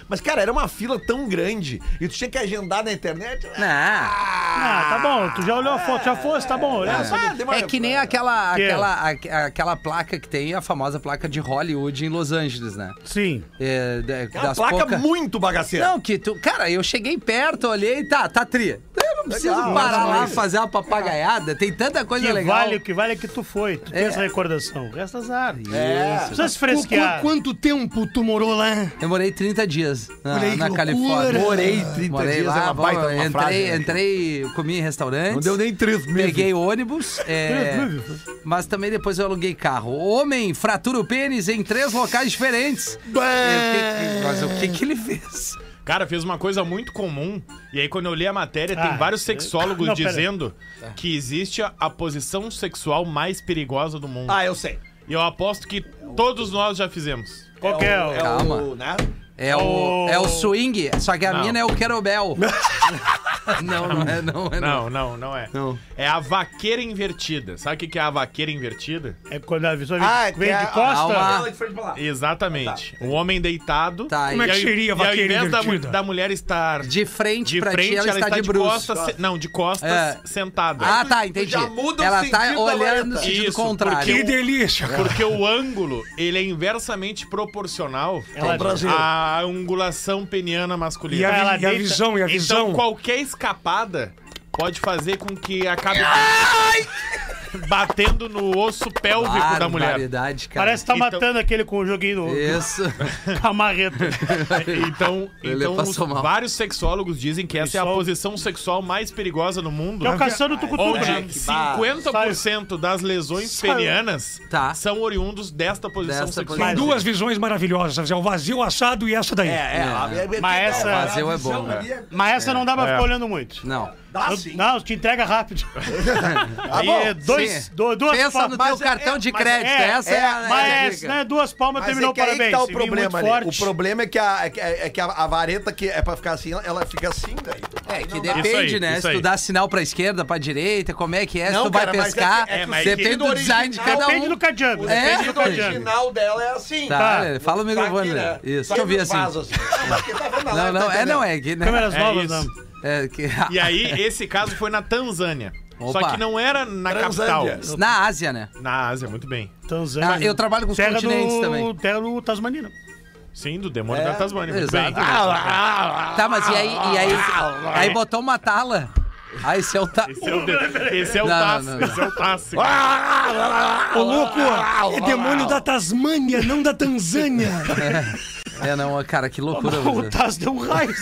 C: Mas, cara, era uma fila tão grande e tu tinha que agendar na internet. né?
B: Não.
D: Ah, tá bom. Tu já olhou a foto, já fosse, tá bom. Olha só.
C: Ah, demora-
B: É que nem aquela,
D: Que?
B: aquela, aque- aquela placa que tem, a famosa placa de Hollywood em Los Angeles, né?
D: Sim.
B: É, da-
C: É uma
B: das
C: placa
B: pouca-
C: muito bagaceira.
B: Não, que tu. Cara, eu cheguei perto, olhei, tá, tá tri. Eu não preciso
C: Legal,
B: parar
C: mas
B: lá,
C: isso.
B: fazer uma papagaiada, tem tanta coisa
D: Que
B: legal.
D: vale, o que vale é que tu foi. Tu tem
B: É.
D: essa recordação. Resta azar.
C: É.
D: Não precisa se
F: Qu- qu-
D: fresquear.
F: Quanto tempo tu morou lá?
B: Eu morei 30 dias na,
F: Olha aí que
B: na
F: loucura.
B: Califórnia.
C: Morei 30 dias, é uma
B: bom,
C: baita de uma
B: entrei,
C: frase, né?
B: entrei, comi em restaurante.
C: Não deu nem três meses.
B: Peguei ônibus, é, mas também depois eu aluguei carro. Homem fratura o pênis em três locais diferentes. E o que que- mas o que, que ele fez?
E: Cara, fez uma coisa muito comum. E aí, quando eu li a matéria,
D: Ah,
E: tem vários sexólogos
D: não, pera.
E: dizendo que existe a, a posição sexual mais perigosa do mundo.
C: Ah, eu sei.
E: E eu aposto que todos nós já fizemos.
D: Qual que é?
C: o-
D: o-
B: Calma.
C: o, né?
B: É o,
D: Oh.
B: é o swing, só que a
E: Não.
B: mina é o querobel. não, não é, não é.
E: Não, não, não é.
B: Não.
E: É a vaqueira invertida. Sabe o que que é a vaqueira invertida?
D: É quando a pessoa
C: Ah,
D: vem
C: que
D: de
C: é-
B: Calma.
D: costa.
E: Exatamente. Um homem deitado.
B: Tá,
E: e
B: Como
F: é que
E: ao-
F: seria a
E: e ao
F: vaqueira
E: invés da, mu-
F: invertida?
E: da mulher estar de,
B: De frente pra
E: frente,
B: ti,
E: ela, está, de,
B: bruxo.
E: costas. se- não, de costas,
B: É.
E: sentada.
B: Ah, tá, entendi.
C: já muda o
B: ela
C: sentido
B: tá
C: da
B: olhando no
C: vareta.
B: sentido
E: Isso,
B: contrário.
E: porque
F: Que delícia, cara.
E: Porque o ângulo, ele é inversamente proporcional
C: é um
D: Ela-
E: à angulação peniana masculina.
F: E a, vi-
D: Ela
F: e a
D: deita.
F: visão, e a visão.
E: Então, qualquer escapada pode fazer com que acabe batendo no osso pélvico da mulher.
B: Barbaridade, cara.
D: Parece que tá
E: Então-
D: matando aquele com o joguinho do
B: Isso.
C: É.
D: camarreto.
E: Então,
B: Ele
E: então os-
B: passou mal.
E: vários sexólogos dizem que essa é a
D: Sexólogo.
E: posição sexual mais perigosa no mundo.
D: Que é o caçando tucutuba.
E: Então, Onde
D: né?
E: 50% das lesões penianas
B: Tá.
E: são oriundos desta posição
B: Desta
E: sexual.
B: posição.
F: Tem duas visões maravilhosas, é o vazio assado e essa daí.
C: É, é. a- é-
D: Mas
C: é-
D: essa-
C: a
B: Vazio é bom,
C: visão
B: né?
C: ali é-
D: Mas essa não dá pra ficar olhando muito.
B: Não.
C: Dá
D: Eu-
C: Tá sim.
D: Não, te entrega rápido.
C: Tá
D: Aí
C: bom.
D: é dois,
B: Sim.
D: do- duas
B: Pensa no
D: palmas.
B: teu
C: mas é-
B: cartão de
C: mas
B: crédito.
D: é-
B: Essa é, a- é a
D: Mas
B: dica.
D: né, duas palmas
C: Mas
D: terminou
C: é que aí
D: parabéns.
C: que tá o
D: Se vir muito
C: problema ali.
D: forte.
C: O problema é que, a, é, que- é que a, a vareta que é pra ficar assim, ela- ela fica assim daí.
B: É, que
E: Isso
B: depende,
E: aí,
B: né?
E: isso
B: Se tu
E: aí.
B: dá sinal pra esquerda, pra direita, como é que é? Se
C: Não,
B: tu vai
C: cara, mas é que-
B: pescar,
C: é que
E: o
B: depende
C: sentido
B: do design de
C: original-
B: cada
D: Depende do
B: um.
D: cadiano.
B: É?
D: Depende do
C: O
D: cadiano.
C: original dela é assim.
B: Tá, fala no microfone,
C: Tá
B: né?
C: aqui, né?
B: Isso,
C: Só
B: deixa eu
C: que
B: ver
C: no
B: assim.
C: vaso, Não, mas quem tá vendo na
B: Não,
C: live tá
B: não, é
C: entendendo.
B: não, é que... Né?
D: Câmeras
E: É
D: novas,
E: isso.
D: não.
B: É que...
E: E aí, esse caso foi na Tanzânia. Só
B: Opa.
E: que não era na
C: Transândia.
E: capital.
B: Na Ásia, né?
E: Na Ásia, muito bem.
B: Ah,
D: Tanzânia.
B: eu trabalho com os
D: Terra
B: continentes
D: do,
B: também.
D: Terra do Tasmanina.
E: Sim, do demônio
C: É,
E: da Tasmânia. Muito
B: Exato.
E: bem.
C: Ah,
B: Tá, mas e aí... E aí,
E: Ah,
B: aí botou uma tala. Ah, esse é o... Ta...
E: Esse é o, de... esse é o
B: Não, não,
E: Tassi.
B: não, não.
E: Esse é o Tassi.
C: Ah!
F: Ô, louco, é demônio da Tasmânia, não da Tanzânia.
B: É, não, cara, que loucura.
D: O
B: velho.
D: Taz deu um raio.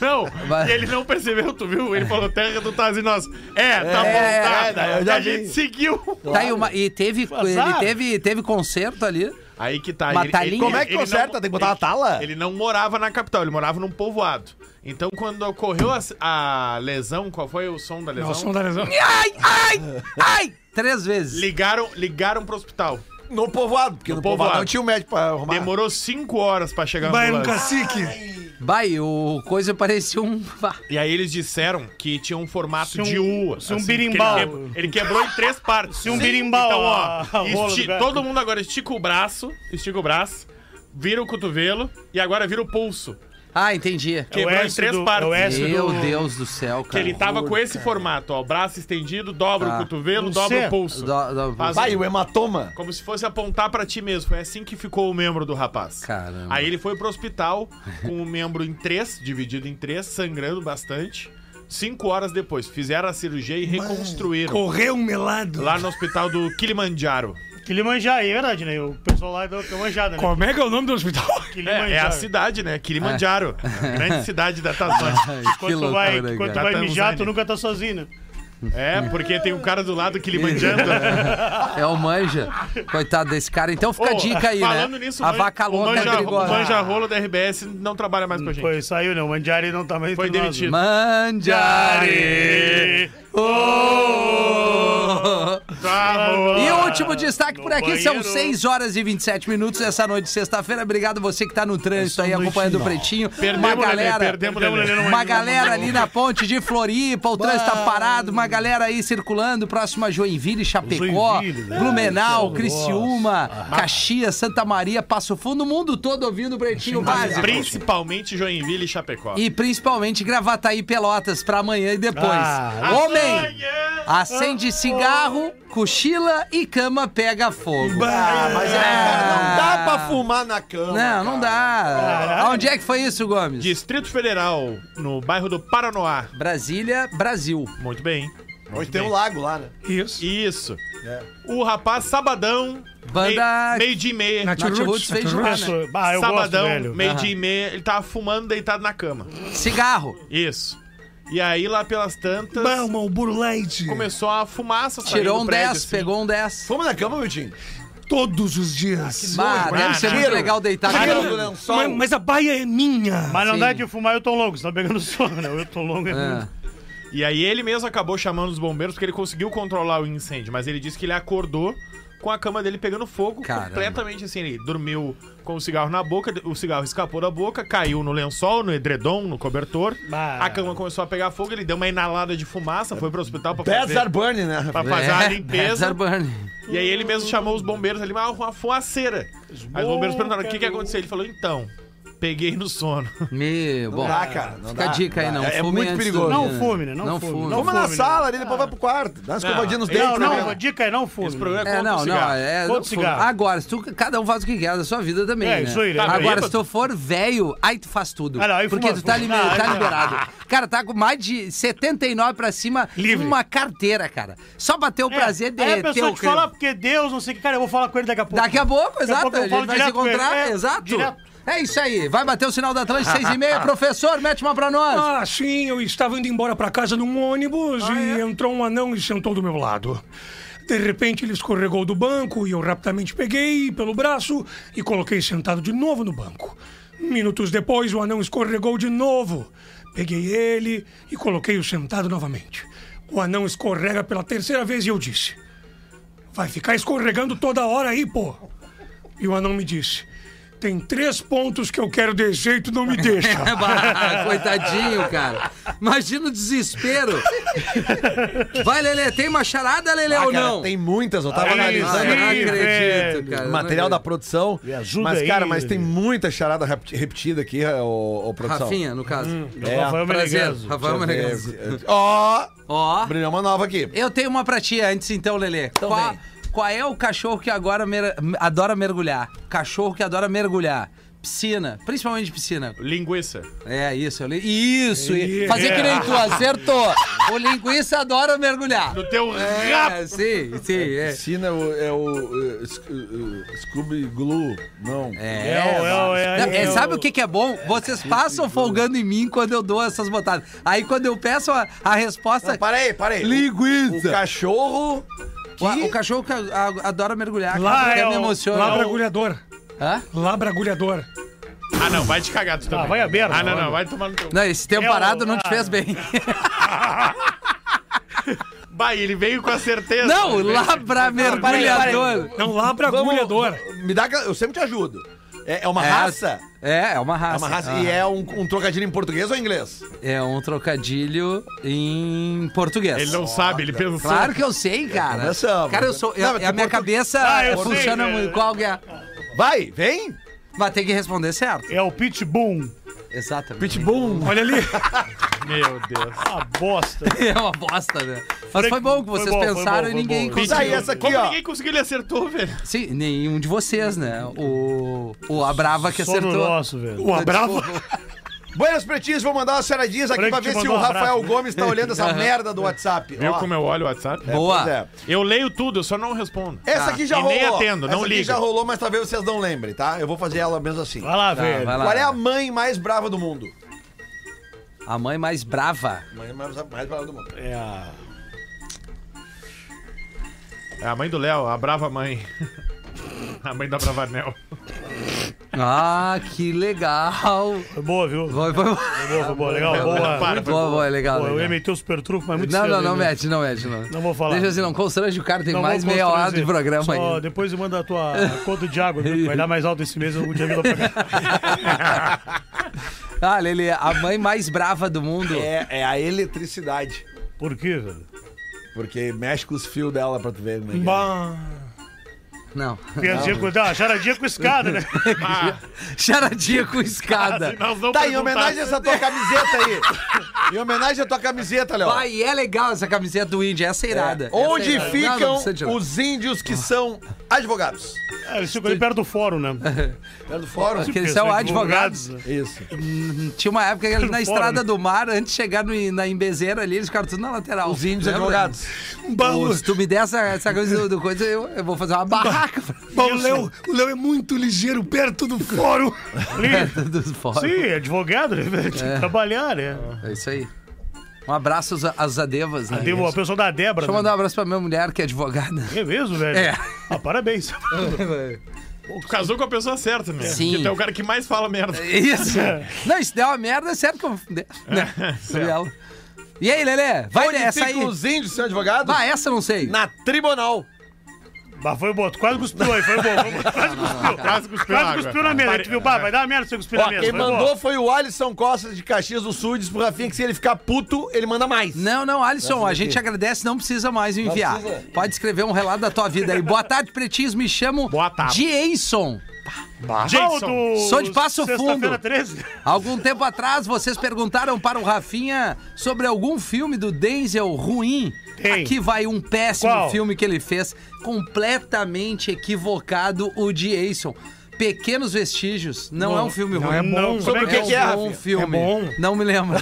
E: Não,
B: Vai.
E: e ele não percebeu, tu viu? Ele falou terra do Tassi. Nós, é, tá
B: É,
E: bom, tá.
C: é, eu já
E: a
C: vi.
E: gente seguiu.
B: Tá, e, uma- e teve, ele
D: azar.
B: teve, teve concerto ali.
E: Aí que tá.
B: Uma talinha.
C: Como é que
E: ele não-
C: conserta? Tem que botar uma tala?
E: Ele não morava na capital, ele morava num povoado. Então, quando ocorreu a, a lesão, qual foi o som da lesão?
F: É o som da lesão.
B: Ai, ai, ai! Três vezes.
E: Ligaram, ligaram pro hospital.
C: No povoado, porque no,
E: No
C: povoado.
E: povoado.
C: não tinha um médico pra arrumar.
E: Demorou cinco horas pra chegar
F: Vai,
E: no
F: um cacique.
B: Vai, o coisa parecia um.
E: E aí eles disseram que tinha um formato
D: Se um-
E: de U. assim,
D: se um birimbau.
E: que Ele, que- ele quebrou em três partes. Se
D: um birimbau,
E: Então,
D: a- a
E: ó,
D: rola do
E: esti-
D: gato.
E: todo mundo agora estica o braço, estica o braço, vira o cotovelo e agora vira o pulso.
B: Ah, entendi.
E: Quebrou em
D: É S
E: três
D: do-
E: partes.
D: é o S
B: Meu
D: do-
B: Deus do céu, cara.
E: Que ele tá- tava com esse formato, ó. Braço estendido, dobra
B: Tá.
E: o cotovelo,
D: Um
E: dobra
D: C.
E: o pulso.
B: Dó- dó-
E: Faz-
C: Vai, o hematoma.
E: Como se fosse apontar pra ti mesmo. Foi assim que ficou o membro do rapaz.
B: Caramba.
E: Aí ele foi pro hospital com o membro em três, dividido em três, sangrando bastante. Cinco horas depois, fizeram a cirurgia e reconstruíram.
F: Correu um melado.
E: Lá no hospital do Kilimanjaro.
D: Kilimanjaro, é verdade, né? O pessoal lá deu manjada, né?
F: Como é que é o nome do hospital?
E: É, é a cidade, né? Kilimanjaro. A grande cidade da Tasmânia.
B: É. Ai,
D: Quando tu vai,
B: loucura,
D: quando tu
B: cara.
D: vai
E: Tá
D: mijar, tu
E: Tanzânia.
D: nunca tá sozinho, né?
E: É, porque tem um cara do lado Kilimanjaro.
B: É o manja. Coitado desse cara. Então fica a
E: Ô,
B: dica aí,
E: falando
B: né?
E: nisso,
B: a
E: o
B: vaca
E: Manja-
B: louca é
E: o manja, o
B: perigosa.
E: manja rolo da RBS não trabalha mais com a gente.
D: Foi, saiu, né? O Mandiari não tá mais
E: Foi
D: entre nós,
E: demitido.
B: Manjari! Oh!
E: Ah,
B: E o último destaque por aqui são
D: banheiro.
B: 6 horas e 27 minutos essa noite de sexta-feira. Obrigado você que tá no trânsito aí acompanhando o Pretinho.
E: Perdemos,
B: uma galera,
E: Lelê, perdemos,
D: Perdemos,
E: Lelê.
D: Lelê.
B: uma galera ali na ponte de Floripa, o trânsito tá parado, uma galera aí circulando próximo a Joinville, Chapecó,
D: Joinville, né?
B: Blumenau, Criciúma, Caxias, Santa Maria, Passo Fundo, o mundo todo ouvindo o Pretinho Básico.
E: Principalmente Joinville e Chapecó.
B: E principalmente Gravataí Pelotas pra amanhã e depois.
F: Ah.
B: Homem, acende cigarro, cochila e cama pega fogo.
C: Ah, mas é, cara, não dá pra fumar na cama.
B: Não, não dá. Onde é que foi isso, Gomes?
E: Distrito Federal, no bairro do Paranoá.
B: Brasília, Brasil.
E: Muito bem.
C: Hoje tem um lago lá, né?
F: Isso.
E: Isso. O rapaz, sabadão,
B: Banda-
E: mei- meio-dia e meia.
F: Nat
B: Nath Roots
F: Roots,
B: fez
F: Nath
B: de lá,
F: Roots.
B: né?
D: Ah, eu
E: sabadão,
D: gosto, velho.
E: meio-dia e meia, ele tava fumando deitado na cama.
B: Cigarro.
E: Isso. E aí, lá pelas tantas,
F: Bah, o Malboro Light.
E: começou a fumaça saindo
B: Tirou
E: do
B: um
E: prédio,
B: 10,
E: assim.
B: pegou um 10.
C: Fuma na cama, Miltinho?
F: Todos os dias.
B: Bah, deve
E: Ah,
B: ser
E: não.
B: muito legal deitar
F: Ah,
B: na
C: Cheiro
B: cama.
C: do lençol.
F: Mas, mas a baia é minha.
D: Mas não
B: Sim.
D: dá de fumar, eu tô longo, você tá pegando sono, né? Eu tô longo. é muito.
B: É.
E: E aí ele mesmo acabou chamando os bombeiros porque ele conseguiu controlar o incêndio, mas ele disse que ele acordou com a cama dele pegando fogo
B: Caramba.
E: completamente assim. Ele dormiu com o cigarro na boca, o cigarro escapou da boca, caiu no lençol, no edredom, no cobertor.
D: Bah.
E: A cama começou a pegar fogo, ele deu uma inalada de fumaça, foi pro hospital pra
C: Bad
E: fazer,
C: Zarbani, né?
E: pra fazer a
B: É,
E: limpeza.
B: Desert Burn.
E: E aí ele mesmo chamou os bombeiros ali, mas uma fumaceira. Aí os bombeiros perguntaram: o que, que aconteceu? Ele falou: então, peguei no sono.
B: Meu, bom.
C: dá, cara, não
B: Fica a
C: dá,
B: dica aí,
C: não
B: não.
C: dá. É- é
B: fume
C: muito
B: antes
C: perigoso.
B: do-
D: Não fume, né? Não fume. Não
C: Fuma na
D: fome, né?
C: sala ali, depois vai pro quarto. Dá uma escovadinha nos dentes.
D: Não, não,
C: né?
D: a dica é não fume.
E: Esse programa é
B: É,
E: contra o
B: não, não,
E: cigarro.
B: é.
D: Outro
B: não for-
D: cigarro.
B: Agora, se tu, cada um faz o que quer da sua vida também.
D: É,
B: né?
D: isso aí, né?
E: Tá
B: Agora,
E: bêbado?
B: se tu for velho, aí tu faz tudo.
D: Ah, não, aí
B: porque
D: fuma-
B: tu tá,
D: fuma.
B: liber-
D: Não,
B: tá
D: não.
B: liberado. Cara, tá com mais de 79 pra cima,
D: Livre.
B: uma carteira, cara. Só bater o prazer
D: é, aí a
B: derreter
D: pessoa
B: o
D: te fala,
B: creme.
D: porque Deus, não sei o que, cara, eu vou falar com ele daqui a pouco.
B: Daqui a pouco,
D: a
B: exato.
D: pouco eu
B: A gente
D: falo
B: vai se
D: direto com ele.
B: encontrar,
D: É,
B: exato.
D: direto.
B: É isso aí. Vai bater o sinal da Atlântica, seis e meia. Professor, mete uma pra nós.
F: Ah, sim, eu estava indo embora pra casa num ônibus e entrou um anão e sentou do meu lado. De repente ele escorregou do banco e eu rapidamente peguei pelo braço e coloquei sentado de novo no banco. Minutos depois o anão escorregou de novo. Peguei ele e coloquei-o sentado novamente. O anão escorrega pela terceira vez e eu disse: Vai ficar escorregando toda hora aí, pô. E o anão me disse: Tem três pontos que eu quero de jeito, não me deixa.
D: Ah,
B: Bah, Coitadinho, cara. Imagina o desespero. Vai, Lelê, tem uma charada, Lelê,
C: Ah,
B: ou
C: cara,
B: não?
C: Tem muitas, eu tava
D: Aí
B: Ah, eu
C: analisando.
D: sim.
B: não
C: né?
B: acredito,
D: velho.
B: cara. eu não
C: Material da
B: acredito.
C: produção.
D: ajuda
C: Mas,
D: aí,
C: cara, mas tem
D: velho.
C: muita charada rep- repetida aqui, ô, ô, produção.
B: Rafinha, no caso.
C: É,
D: Rafael
B: Prazer,
D: Menegaso.
B: Rafael Menegaso.
C: é, é, Ó,
B: Ó,
C: abriu uma nova aqui.
B: eu tenho uma pra ti antes então, Lelê. qual,
C: vem.
B: qual é o cachorro que agora mer- adora mergulhar? Cachorro que adora mergulhar. Piscina, principalmente piscina.
E: Linguiça.
B: É isso, eu li- isso. e- Fazer que nem tu, acertou. O linguiça adora mergulhar.
E: No teu rabo.
B: É, sim, sim. É,
C: Piscina é o, é o, é, Sc- é, Scooby Glue. Não.
B: É,
D: É, o- é, o-
B: Não, é,
D: é, o-
B: sabe o que, que é bom? Vocês passam folgando em mim quando eu dou essas botadas. Aí quando eu peço a, a resposta.
C: Não, para aí, para aí. O
B: Linguiça!
C: cachorro.
B: O, o cachorro que a- a- adora mergulhar,
F: Lá
B: cara, até
F: é
B: me
F: o-
B: emociona.
F: Labra agulhador.
B: Hã?
F: Labra agulhador.
E: Ah, não, vai te cagar tu também.
D: Ah, vai aberto.
E: Ah, não, não, vai tomar no teu.
B: Não, esse tempo
D: É o-
B: parado não te
D: ah.
B: fez bem.
E: Vai, ele veio com a certeza.
B: Não,
E: Ele veio-
B: labra mergulhador.
F: Não, labra agulhador.
C: Me dá, eu sempre te ajudo. É, é uma raça.
B: É, é uma raça.
C: É uma raça.
B: Ah.
C: E é um, um trocadilho em português ou em inglês?
B: É um trocadilho em português.
E: Ele não sabe, ele pensou.
B: Claro que eu sei, cara.
C: É, começamos.
B: Cara, eu sou. eu-
C: Não, mas
B: a
C: tu
B: minha
C: portu-
B: cabeça
D: Ah, eu sei,
B: funciona
D: né?
B: muito. Qual que é?
C: Vai, vem.
B: Mas tem que responder certo.
D: É o Pitbull.
B: Exatamente.
A: Pitbull.
F: Olha ali.
E: Meu Deus.
D: Uma Ah, bosta.
B: É uma bosta, né? Mas foi bom que
D: Foi
B: vocês
D: bom, foi
B: pensaram
D: bom,
B: e
D: foi
B: ninguém
D: bom.
C: Tá aí
B: conseguiu.
C: essa aqui,
E: Como
C: ó.
E: ninguém conseguiu, ele acertou, velho.
B: Sim, nenhum de vocês, né? O, o a brava que
D: Só no
B: acertou.
D: nosso, velho.
F: O Abrava.
C: Buenas pretinhas, vou mandar umas charadinhas aqui
D: Frank
C: pra
D: te
C: ver se o
D: mandou um
C: Rafael
D: abraço, né?
C: Gomes tá olhando essa merda do WhatsApp.
E: Viu
C: Ó,
E: como é eu olho o WhatsApp?
C: pois
B: Boa.
C: é.
E: Eu leio tudo, eu só não respondo.
C: Essa aqui já
E: Tá. E
C: rolou.
E: nem atendo, não
C: Essa aqui
E: liga.
C: já rolou, mas talvez vocês não lembrem, tá? Eu vou fazer ela mesmo assim.
D: Vai lá,
B: Tá,
D: velho.
B: vai lá.
C: Qual é a mãe mais brava do mundo?
B: A mãe mais brava.
C: Mãe é mais, mais brava do mundo.
D: É a...
E: É a mãe do Léo, a brava mãe. A mãe da Bravanel.
B: Ah, que legal.
D: Foi boa, viu?
B: Vai,
D: Foi
B: vai, vai.
D: boa, foi boa. Legal, boa.
E: Para,
B: Boa, boa, legal.
D: Pô, eu ia
B: legal.
D: meter o super trufo, mas muito
B: Não,
D: cedo,
B: não, não
D: né?
B: mete, não mete. Não,
D: Não vou falar.
B: Deixa assim, não constrange o cara, tem
D: Não
B: mais
D: vou
B: meia hora de
D: constranger.
B: programa
D: Só
B: aí.
D: Depois manda a tua conta de água, viu? vai dar mais alto esse mês, eu não tinha vindo pra cá.
B: Ah, Lelê, a mãe mais brava do mundo.
C: É, é a eletricidade.
D: Por quê, velho?
C: Porque mexe com os fios dela pra tu ver. Né?
F: Bah.
B: Não.
D: Piadinha com... Tá, charadinha com escada, né?
B: Charadinha com escada.
E: Nós não
C: Tá, em
E: perguntar-
C: homenagem a essa tua camiseta aí. Em homenagem à tua camiseta, Léo.
B: Vai, é legal essa camiseta do Índia, essa é irada. Essa é
C: Onde
B: irada. Não, não
C: ficam
B: precisa tirar.
C: os índios que são advogados?
D: Ah, Eles ficam ali perto do fórum, né?
C: Perto do fórum?
B: Porque eles são advogados.
D: né?
C: Isso.
B: Tinha uma época que eles, na
D: Fora,
B: estrada
D: né?
B: do mar, antes de chegar no, na Embezeira ali, eles ficaram tudo na lateral.
C: Os índios
B: Lembra?
C: advogados.
F: Bah,
B: Ô, se tu me der essa, essa coisa do, do coisa, eu, eu vou fazer uma barraca
F: bah, o, Léo, o Léo é muito ligeiro perto do fórum.
D: Ali.
B: perto dos fora.
D: Sim, advogado, né? velho? Tem que trabalhar, né?
B: É isso aí. Um abraço às, às adevas, né?
D: Devo a
B: Deixa
D: pessoa da Débora.
B: eu
D: né?
B: mandar um abraço pra minha mulher, que é advogada.
D: É mesmo, velho?
B: É.
D: Ah, parabéns.
E: Tu casou com a pessoa certa, né?
B: Sim.
E: Porque tu é o cara que mais fala merda.
B: É Isso. Não, isso der uma merda, é certo que eu... Né?
D: é
B: Sobre ela. E aí, Lelê? Vai
C: Onde
B: nessa aí.
C: ficam os índios que são advogados?
B: Vai, essa eu não sei.
C: Na tribunal.
D: Bah, foi bom, tu quase cuspiu aí, foi bom. foi bom. Quase cuspiu.
E: Tá. Quase cuspiu
D: Quase
E: água.
D: cuspiu na mesa, a gente viu, bah, vai dar uma merda se eu cuspir
C: Ó,
D: na mesa.
C: quem
D: foi
C: mandou
D: bom.
C: foi o Alisson Costa de Caxias do Sul. Diz pro Rafinha que se ele ficar puto, ele manda mais.
B: Não, não, Alisson, a gente agradece, não precisa mais me enviar.
C: precisa.
B: Pode escrever um relato da tua vida aí. Boa tarde, pretinhos, me chamo
E: Boa tarde.
B: Jason.
D: Mal
E: Jason.
D: do-
B: Sou de Passo
D: Sexta-feira
B: Fundo.
D: 13.
B: Algum tempo atrás, vocês perguntaram para o Rafinha sobre algum filme do Denzel ruim.
D: Tem.
B: Aqui vai um péssimo
D: Qual?
B: filme que ele fez, completamente equivocado, o Jason. Pequenos Vestígios. Não, é um filme ruim.
D: é bom.
B: um-
D: Sobre o que
B: um
C: que é,
B: bom
C: Rafinha?
B: filme.
F: É bom?
B: Não me lembro.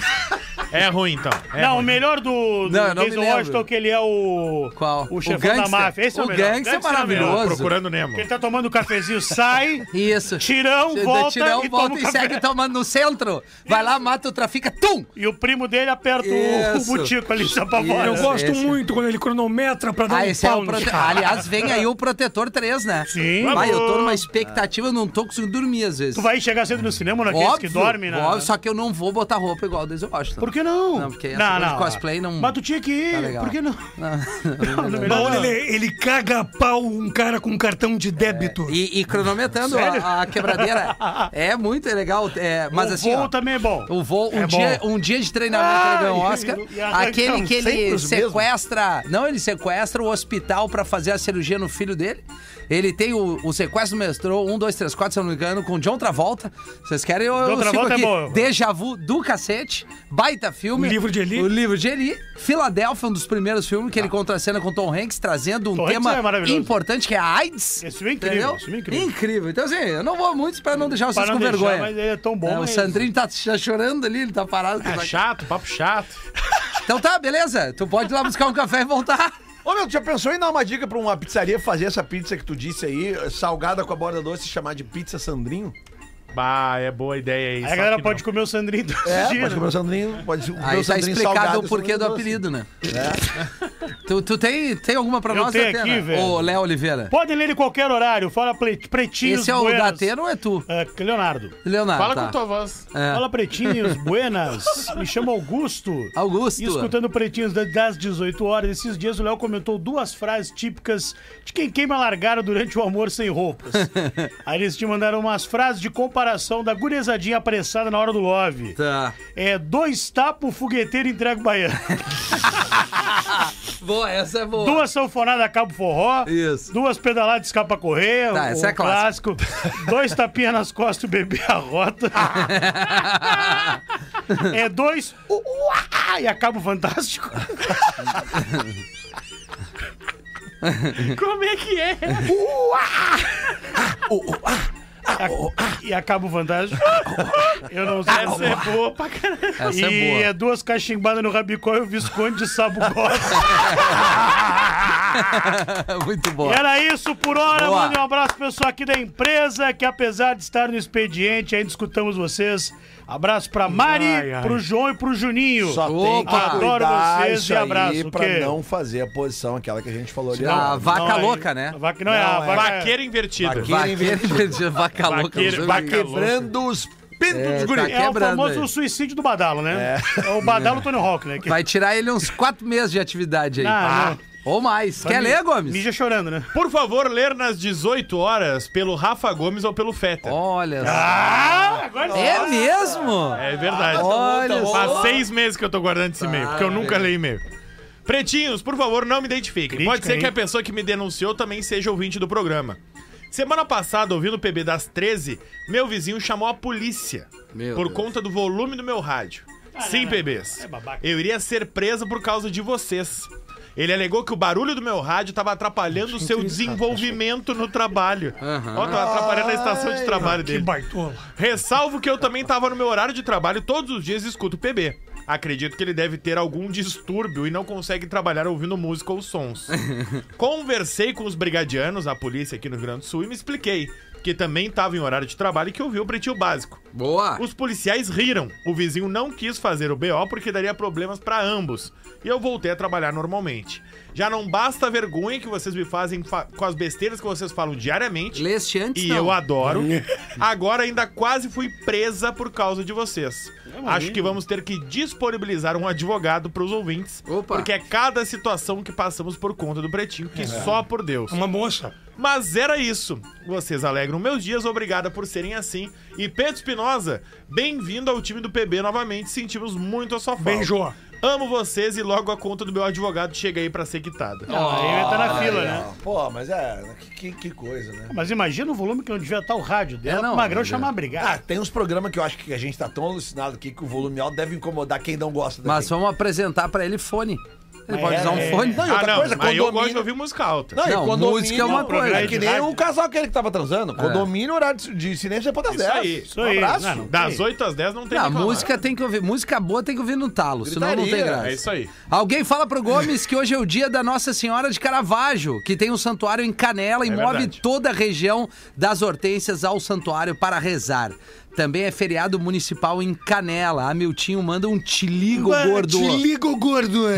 E: É ruim, então. É
D: não,
E: ruim.
D: o melhor do, do
B: Não, eu não me
D: Denzel
B: lembro.
D: Washington, que ele é o.
B: Qual?
D: O
B: O
D: chefão da
B: gangster.
D: máfia. Esse é o,
B: O
D: melhor.
B: gangster é
D: o
B: maravilhoso.
D: melhor.
E: Procurando Nemo.
D: Ele tá tomando um cafezinho, sai,
B: Isso.
D: tirão,
B: Tira-
D: volta
B: Tirão,
D: e
B: volta
D: toma um
B: e
D: café.
B: segue tomando no centro. Vai lá, mata o trafica, tum!
D: e o primo dele aperta o- o
B: Isso.
D: butico ali, se apavora.
F: Eu
B: Esse,
F: gosto
B: esse.
F: muito quando ele cronometra pra dar
B: Ah,
F: um
B: esse é
F: pau
B: o
F: no
B: prote...
F: cara.
B: Aliás, vem aí o Protetor 3, né?
D: Sim.
B: Mas eu tô numa expectativa, eu não tô conseguindo dormir às vezes.
D: Tu vai chegar cedo no cinema, naqueles
B: óbvio,
D: que dormem, né?
B: óbvio, só que eu não vou botar roupa igual o Denzel Washington.
D: Por que não?
B: Não, porque essa coisa de cosplay não-
D: Mas tu tinha que
B: Tá
D: ir,
B: legal.
D: por que não?
B: Não,
D: Não, não,
F: Bah,
D: não.
F: olha, ele, ele caga a pau um cara com cartão de débito.
B: É, E, e cronometrando a, a quebradeira. É muito legal. É, mas
D: o
B: assim.
D: voo
B: ó,
D: também é bom.
B: O voo, um,
D: É
B: dia,
D: bom.
B: um dia de treinamento
D: Ah,
B: ele ganhou um
D: e-
B: Oscar.
D: e arrancamos
B: Aquele que
C: sempre
B: ele
C: os mesmos.
B: sequestra. Não, ele sequestra o hospital pra fazer a cirurgia no filho dele. Ele tem o, o sequestro do um, mestrou, 1, 2, 3, 4, se eu não me engano, com John Travolta. Vocês querem? Eu,
D: John
B: eu sigo
D: Travolta é
B: aqui.
D: bom.
B: Deja Vu do cacete. Baita filme.
F: O livro de Eli.
B: O livro de Eli. Filadélfia, um dos primeiros filmes que ele contracena com Tom Hanks, trazendo um
D: Ah. Tom Hanks
B: tema
D: é maravilhoso.
B: importante que é a AIDS.
D: Esse filme é incrível,
B: entendeu?
D: esse filme é incrível.
B: Incrível. Então, assim, eu não vou muito pra não deixar vocês
D: não
B: com
D: deixar,
B: vergonha.
D: mas ele é tão bom,
B: É, o
D: mas-
B: Sandrinho tá ch- chorando ali, ele tá parado.
E: É chato, papo chato.
B: Então tá, beleza. Tu pode ir lá buscar um café e voltar.
C: Ô meu, tu já pensou em dar uma dica pra uma pizzaria fazer essa pizza que tu disse aí, salgada com a borda doce, chamar de pizza Sandrinho?
E: Bah, é boa ideia isso.
D: Aí a galera pode comer o Sandrinho todo
B: É,
D: dia,
C: pode
D: né?
C: comer é o Sandrinho, pode comer
B: Aí
C: o
B: tá
C: Sandrinho
B: explicado
C: salgado É. e
B: o porquê do
C: Sandrinho doce.
B: apelido, né? Tu, tu tem, tem alguma pra
D: Eu
B: nós,
D: tenho
B: Datena?
D: aqui, velho.
B: Ô, Léo Oliveira.
D: Pode ler em qualquer horário. Fala pre- pretinhos,
B: Esse é o
D: buenas.
B: Datena ou é tu?
D: É, Leonardo.
C: Ah,
B: Leonardo.
E: Fala
B: tá.
E: com tua voz.
B: É.
D: Fala pretinhos, buenas. Me chamo Augusto.
B: Augusto.
D: E escutando pretinhos da- das 18 horas, esses dias o Léo comentou duas frases típicas de quem queima largada durante o amor sem roupas. Aí eles te mandaram umas frases de preparação da gurizadinha apressada na hora do love.
B: Tá.
D: É dois tapas, o fogueteiro entrega o baiano.
B: Boa, essa é boa.
D: Duas sanfonadas a cabo forró.
B: Isso.
D: Duas pedaladas de escapa correia.
B: Tá,
D: o-
B: essa é
D: o clássico. dois tapinhas nas costas e o bebê arrota. é dois. u- uá, e acaba o fantástico.
E: Como é que é?
D: E acaba o fantástico. Eu não sei.
E: Essa é boa pra caralho.
B: Essa
D: e
B: é boa.
D: é duas cachimbadas no Rabicó e o Visconde de Sabugosa.
B: Muito
D: E
B: boa.
D: Era isso por hora.
B: Boa.
D: Mandem um abraço pro pessoal aqui da empresa, que apesar de estar no expediente, ainda escutamos vocês. Abraço pra Mari,
E: Ai, ai.
D: pro João e pro Juninho.
C: Só tem que
B: Opa!
D: Adoro
C: cuidar
D: vocês
C: isso
D: e
C: aí
D: abraço,
C: pra
D: que-
C: não fazer a posição aquela que a gente falou ali.
B: A
C: ó.
B: vaca
D: aí.
B: louca, né?
D: A vaca não, é a
C: Não, é.
D: vaca.
E: Vaqueiro invertido.
C: Vaqueiro.
B: Vaqueiro,
C: Tá
B: vaca louca. não
E: Vaqueiro,
B: sei
E: vaca
B: o que.
C: Quebrando os pintos
B: É,
C: dos
B: tá
C: guris.
D: É o
B: quebrando
D: famoso
B: aí.
D: suicídio do badalo, né? É, o badalo Tony Hawk, né? Que-
B: Vai tirar ele uns quatro meses de atividade aí.
D: Ah,
B: Ah,
D: não.
B: Ou mais. Quer ler, Gomes?
D: Mija chorando, né?
E: Por favor, ler nas 18 horas pelo Rafa Gomes ou pelo Feta.
B: Olha só.
D: Ah, agora
B: É mesmo?
E: É verdade.
B: Olha
E: Faz
B: só.
E: seis meses que eu tô guardando esse e-mail, porque eu nunca leio e-mail. Pretinhos, por favor, não me identifiquem.
D: Crítica,
E: Pode ser que
D: hein?
E: a pessoa que me denunciou também seja ouvinte do programa. Semana passada, ouvindo o PB das 13, meu vizinho chamou a polícia
B: Meu
E: por
B: Deus.
E: conta do volume do meu rádio. Sim, PBs.
D: É babaca.
E: Eu iria ser preso por causa de vocês. Ele alegou que o barulho do meu rádio estava atrapalhando o seu desenvolvimento no trabalho. Ó, tava atrapalhando a estação de trabalho
F: Ah, Que
E: dele.
F: baitola.
E: Ressalvo que eu também tava no meu horário de trabalho todos os dias e escuto PB. Acredito que ele deve ter algum distúrbio e não consegue trabalhar ouvindo música ou sons. Conversei com os brigadianos, a polícia aqui no Rio Grande do Sul, e me expliquei que também tava em horário de trabalho e que ouviu o pretinho básico.
B: Boa.
E: Os policiais riram. O vizinho não quis fazer o BO porque daria problemas pra ambos. E eu voltei a trabalhar normalmente. Já não basta a vergonha que vocês me fazem fa- com as besteiras que vocês falam diariamente.
B: Lê este antes,
E: E
B: não.
E: eu adoro.
C: Hum.
E: Agora ainda quase fui presa por causa de vocês. Acho que vamos ter que disponibilizar um advogado pros ouvintes.
B: Opa.
E: Porque é cada situação que passamos por conta do Pretinho,
C: É.
E: que só por Deus.
F: É Uma moça.
E: Mas era isso. Vocês alegram meus dias, obrigada por serem assim. E Pedro Espinosa, bem-vindo ao time do PB novamente, sentimos muito a sua falta.
F: Beijo.
E: Amo vocês e logo a conta do meu advogado chega aí pra ser quitada.
D: Aí eu ia estar na fila, né?
C: Não, Pô, mas é. Que, que- que coisa, né?
D: Mas imagina o volume que não devia estar o rádio dela.
B: É, não,
D: o Magrão
B: é.
D: chamar a
C: Ah,
D: brigada.
C: tem uns programas que eu acho que a gente tá tão alucinado aqui que o volume alto deve incomodar quem não gosta
B: Mas
C: daqui.
B: vamos apresentar pra ele fone. Ele
D: É,
B: pode usar um
D: é.
B: fone.
C: Não, e
E: Ah,
C: outra
E: não,
C: coisa,
E: mas eu
C: condomínio-
E: gosto de ouvir música alta.
C: Não, e
B: Não,
C: condomínio-
B: música é uma coisa. É.
D: programa
C: É que nem o casal aquele que tava transando. Condomínio, horário de de é cinema, você pode às
E: Isso
C: 10.
E: aí,
D: isso aí.
C: Um abraço.
D: Não, não tem.
E: Das 8 às 10 não tem
B: Não,
E: reclamar.
B: música tem que ouvir. Música boa tem que ouvir no talo, senão não tem
C: Gritaria.
B: graça.
E: É isso aí.
B: Alguém fala pro Gomes que hoje é o dia da Nossa Senhora de Caravaggio, que tem um santuário em Canela e
E: É
B: move
E: verdade.
B: toda a região das hortênsias ao santuário para rezar. Também é feriado municipal em Canela. Hamiltinho manda um tiligo gordo.
F: Te ligo, gordo. é.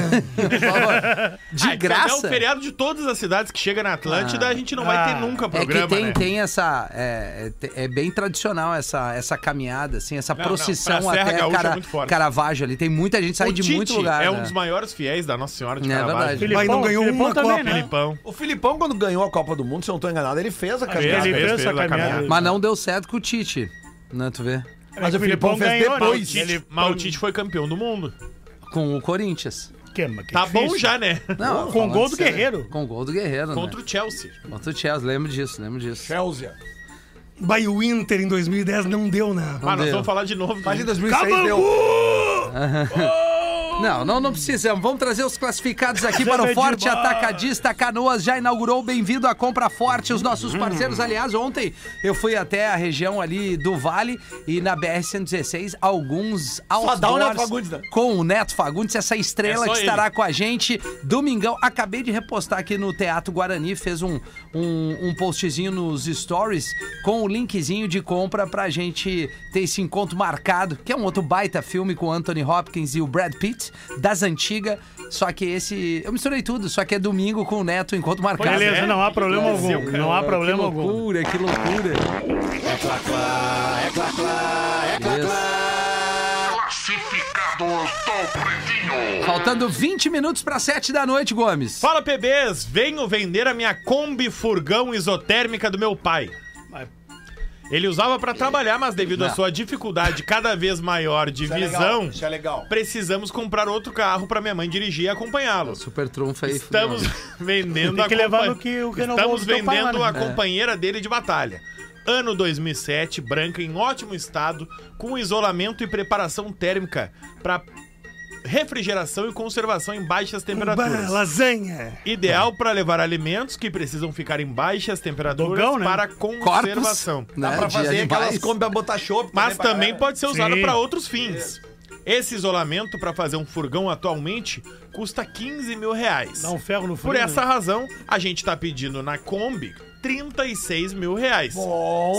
B: De
E: Ah,
B: graça. Ah.
E: É o feriado de todas as cidades que chega na Atlântida, a gente não vai
C: Ah.
E: ter nunca
B: É
E: programa,
B: que tem,
E: né?
B: tem essa. É, é- é bem tradicional essa, essa caminhada, assim, essa
E: Não, não,
B: procissão
E: pra Serra
B: até
E: Gaúcha é
B: Cara-
E: muito forte.
B: Caravaggio ali. Tem muita gente, sai
E: o
B: de
E: Tite
B: muito lugar.
E: é
B: né?
E: um dos maiores fiéis da Nossa Senhora de
B: É
E: Caravaggio.
B: verdade.
F: Mas não ganhou
D: Filipão
F: uma
D: também,
F: Copa,
D: né?
E: Filipão.
C: O Filipão, quando ganhou a Copa do Mundo, se eu não tô enganado, ele fez a caminhada.
D: Ele
E: fez,
D: fez essa
E: fez a
D: caminhada.
E: caminhada.
B: Mas não deu certo com o Tite. Né, tu vê?
D: É
C: Mas o Filipão fez depois.
D: Né? Ele...
E: Mas o Tite foi campeão do mundo.
B: Com o Corinthians.
D: Queima, que
E: Tá
D: difícil.
E: bom já, né?
B: Não,
D: Com
B: falando
D: gol do
B: sério.
D: Guerreiro.
B: Com gol do Guerreiro,
E: Contra
B: né?
E: o Chelsea.
B: Contra o Chelsea, lembro disso, lembro disso.
C: Chelsea.
F: By o Inter em 2010 não deu, né?
E: Mas Ah, nós
B: deu.
E: vamos falar de novo.
C: Mas em
E: né?
C: 2006 deu.
B: Não, não, não precisamos. Vamos trazer os classificados aqui para o
D: Zé
B: Forte
D: Medir Bar.
B: Atacadista Canoas. Já inaugurou o Bem-vindo à Compra Forte. Os
C: Hum.
B: nossos parceiros, aliás, ontem eu fui até a região ali do Vale e na BR-116, alguns outdoors
C: dá o Neto Fagundes, né?
B: com o Neto Fagundes, essa estrela
E: É só
B: que estará tá com a gente domingão. Acabei de repostar aqui no Teatro Guarani, fez um, um, um postzinho nos stories com o linkzinho de compra pra gente ter esse encontro marcado, que é um outro baita filme com o Anthony Hopkins e o Brad Pitt, das antigas. Só que esse. Eu misturei tudo, só que é domingo com o Neto, encontro marcado.
D: Beleza,
E: é?
D: não há problema
E: Aconteceu,
D: algum. Não há problema
B: que
D: algum.
B: loucura, que loucura. É clá, é clá, é clá,
G: Classificados do Pretinho.
B: Faltando 20 minutos pra 7 da noite, Gomes.
E: Fala, PBs! Venho vender a minha Kombi Furgão Isotérmica do meu pai.
D: Mas-
E: Ele usava pra trabalhar, mas devido à sua dificuldade cada vez maior de
C: é legal,
E: visão,
C: isso é legal.
E: precisamos comprar outro carro pra minha mãe dirigir e acompanhá-lo.
B: Super trunfa aí.
E: Estamos vendendo
D: Tem que levar
E: compa-
D: no que o Renault
E: Estamos
D: Gold tá
E: vendendo
D: falando.
E: a companheira dele de batalha. Ano 2007, branca em ótimo estado, com isolamento e preparação térmica para refrigeração e conservação em baixas
F: Bah,
E: temperaturas.
F: lasanha.
E: Ideal para levar alimentos que precisam ficar em baixas temperaturas
D: Dogão, né?
E: para
B: Corpos.
E: conservação.
B: né,
C: Dá pra
B: de
C: fazer aquelas
B: animais.
C: compras pra botar chopp.
E: Mas
C: pra-
E: também pode ser usado
D: Sim.
E: para outros fins. Esse isolamento para fazer um furgão atualmente custa 15 mil reais.
D: Dá um ferro no
C: Hum.
D: frio.
E: Por essa razão, a gente tá pedindo na Kombi 36 mil reais.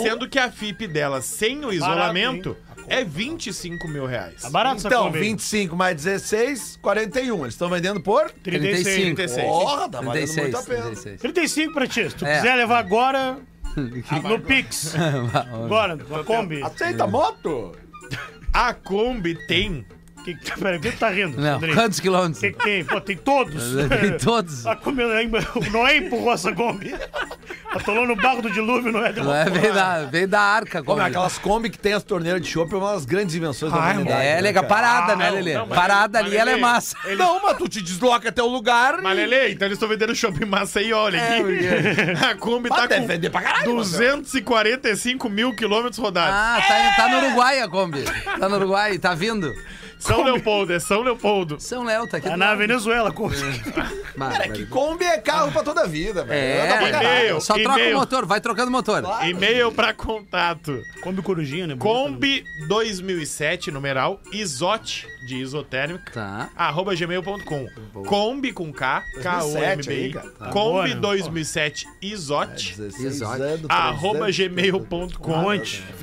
E: Sendo que a FIP dela sem o isolamento é 25 mil reais.
D: Tá barato essa
C: Então,
D: Kombi.
C: 25 mais 16, 41. Eles estão vendendo por...
D: 35.
E: 36.
C: Porra, tá valendo
B: 36,
C: muito a pena.
B: 36.
D: 35 pra ti. Se tu
B: É.
D: quiser levar agora, ah, no Pix. Agora, na Kombi.
C: Aceita moto?
E: A Kombi tem.
D: Que, que- peraí, o que tu tá rindo,
B: Não,
D: Andrei?
B: quantos quilômetros?
D: Que Tá que tem? Pô, tem todos.
B: Tem todos.
D: A Kombi, o Noé empurrou essa Kombi. Atolou no barro do dilúvio, não é?
B: Não é, vem, da, vem da arca.
C: Como
B: Como
C: é, aquelas Kombi que tem as torneiras de chopp é uma das grandes invenções da
F: Ah,
C: humanidade.
B: É,
C: né,
B: legal.
C: cara?
B: Parada,
E: Ah,
B: né,
E: não,
B: Lelê?
E: não, mas
B: Parada
E: Lelê,
B: ali, ela é
E: Lelê,
B: massa.
C: Não, mas tu te desloca até o lugar.
E: Mas, Lelê, então eles estão vendendo shopping Maceió, olha aqui. a Kombi tá
C: É, Mas deve
E: com
C: vender pra caralho,
E: 245 mil quilômetros rodados.
B: Ah, tá, tá no Uruguai a Kombi. Tá no Uruguai, tá vindo.
E: São Leopoldo, é São Leopoldo.
B: São Léo tá aqui.
D: É
B: do
D: na
B: lado.
D: Venezuela, a Kombi.
B: Mas-
C: Cara, que Kombi é carro pra toda a vida, velho.
B: É,
C: Anda pra
E: e-mail,
C: caralho.
B: só troca
E: e-mail.
B: o motor, vai trocando o motor.
E: E-mail pra contato.
D: Kombi Corujinha, né?
E: Kombi 2007, numeral, isote, de isotérmica.
B: Tá.
E: arroba gmail.com. Kombi com K, K-O-M-B-I.
C: aí, cara.
E: Kombi
D: Boa, né?
E: 2007 Isote,
C: 16
B: Exato.
C: anos,
E: arroba
C: 300.
E: gmail.com.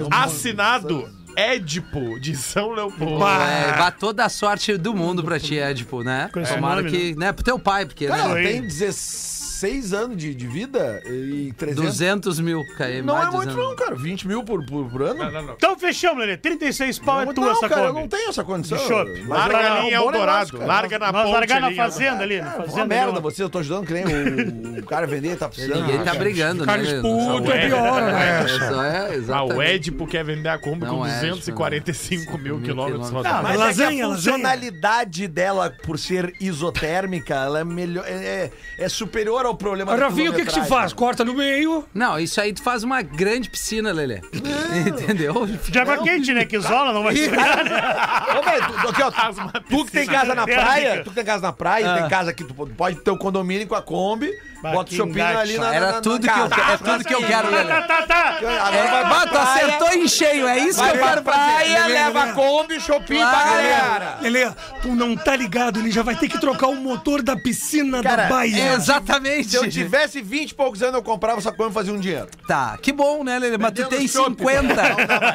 E: Assinado Édipo de São Leopoldo.
B: É, vá toda a sorte do mundo pra ti, Edipo, né?
D: esse
B: Tomara
D: nome,
B: que. Né? Pro teu pai, porque.
C: Cara, ela
B: né?
D: Aí.
C: tem 16 anos de, de vida e 300...
B: 200 mil KM.
C: Não
B: mais
C: é muito
B: 200
C: não, cara. 20 mil por, por, por ano?
D: Então fechamos, Lelê. 36 pau é
C: Não,
D: tua essa
C: cara, eu
D: Kombi.
C: não tenho essa condição.
D: De chope.
C: Mas
E: Larga
C: é um
E: a linha
C: bom
E: Eldorado.
C: negócio, cara.
E: larga na
D: Nós
E: ponte
D: largar na
E: ali,
D: fazenda ali, na
C: Cara,
D: fazenda.
C: uma merda,
D: ali, ó.
C: você, eu tô ajudando que nem o, o cara vender, tá precisando.
B: Ninguém tá
C: cara.
B: brigando, né?
F: Cara
B: Lelê?
F: puto é
E: Ué.
F: pior,
B: É,
F: né?
B: só é,
E: Ah,
B: exatamente.
E: o Édipo quer vender a Kombi
B: Não
E: com
B: é,
E: 245
B: tipo,
E: mil
B: mil
E: quilômetros
B: quilômetros.
E: rodados.
C: Mas é que
F: Lasanha,
C: a
F: lasanha.
C: funcionalidade dela, por ser isotérmica, ela é melhor. É, é- é superior ao problema da
F: Rafinha, o que, que se faz?
C: quilometragem.
F: Corta no meio.
B: Não, isso aí tu faz uma grande piscina, Lelê. Entendeu?
D: De água quente, né? Que isola, não vai segurar, né?
C: Ô, velho, tu, aqui, ó,
E: As
C: tu, tu que tem casa na
D: térmica.
C: praia, tu que tem casa na praia, tem casa que tu pode- pode ter o condomínio com a Kombi,
D: Bah,
C: bota o
D: que
C: shopping
D: engate.
C: ali na. na-
B: Era
C: na
B: tudo que eu,
C: casa.
B: é tudo que eu quero, Lelê.
D: Tá, tá, tá.
C: Agora
B: É,
C: vai pra
B: bah, tu
C: praia,
B: acertou em cheio, é isso que
C: Vai
B: eu
C: pra
B: quero pra
C: praia, leva a Kombi, shopping pra
B: Claro.
C: galera.
F: Lelê, tu não tá ligado, ele já vai ter que trocar o motor da piscina
C: Cara,
F: da
B: é
F: Bahia.
B: Exatamente.
C: Se eu tivesse 20 e poucos anos, eu comprava essa Kombi e fazia um dinheiro.
B: Tá, que bom, né, Lelê? Mas tu tem 50.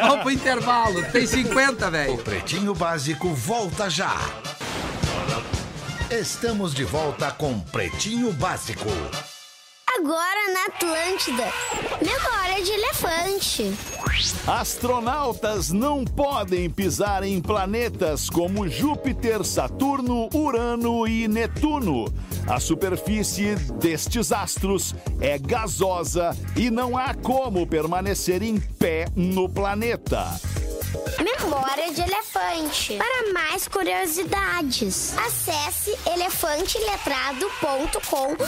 B: Vamos pro intervalo. Tu tem 50, velho.
H: Pretinho Básico volta já. Estamos de volta com Pretinho Básico.
I: Agora na Atlântida. Memória de elefante.
J: Astronautas não podem pisar em planetas como Júpiter, Saturno, Urano e Netuno. A superfície destes astros é gasosa e não há como permanecer em pé no planeta.
I: Memória de elefante. Para mais curiosidades, acesse elefanteletrado.com.br.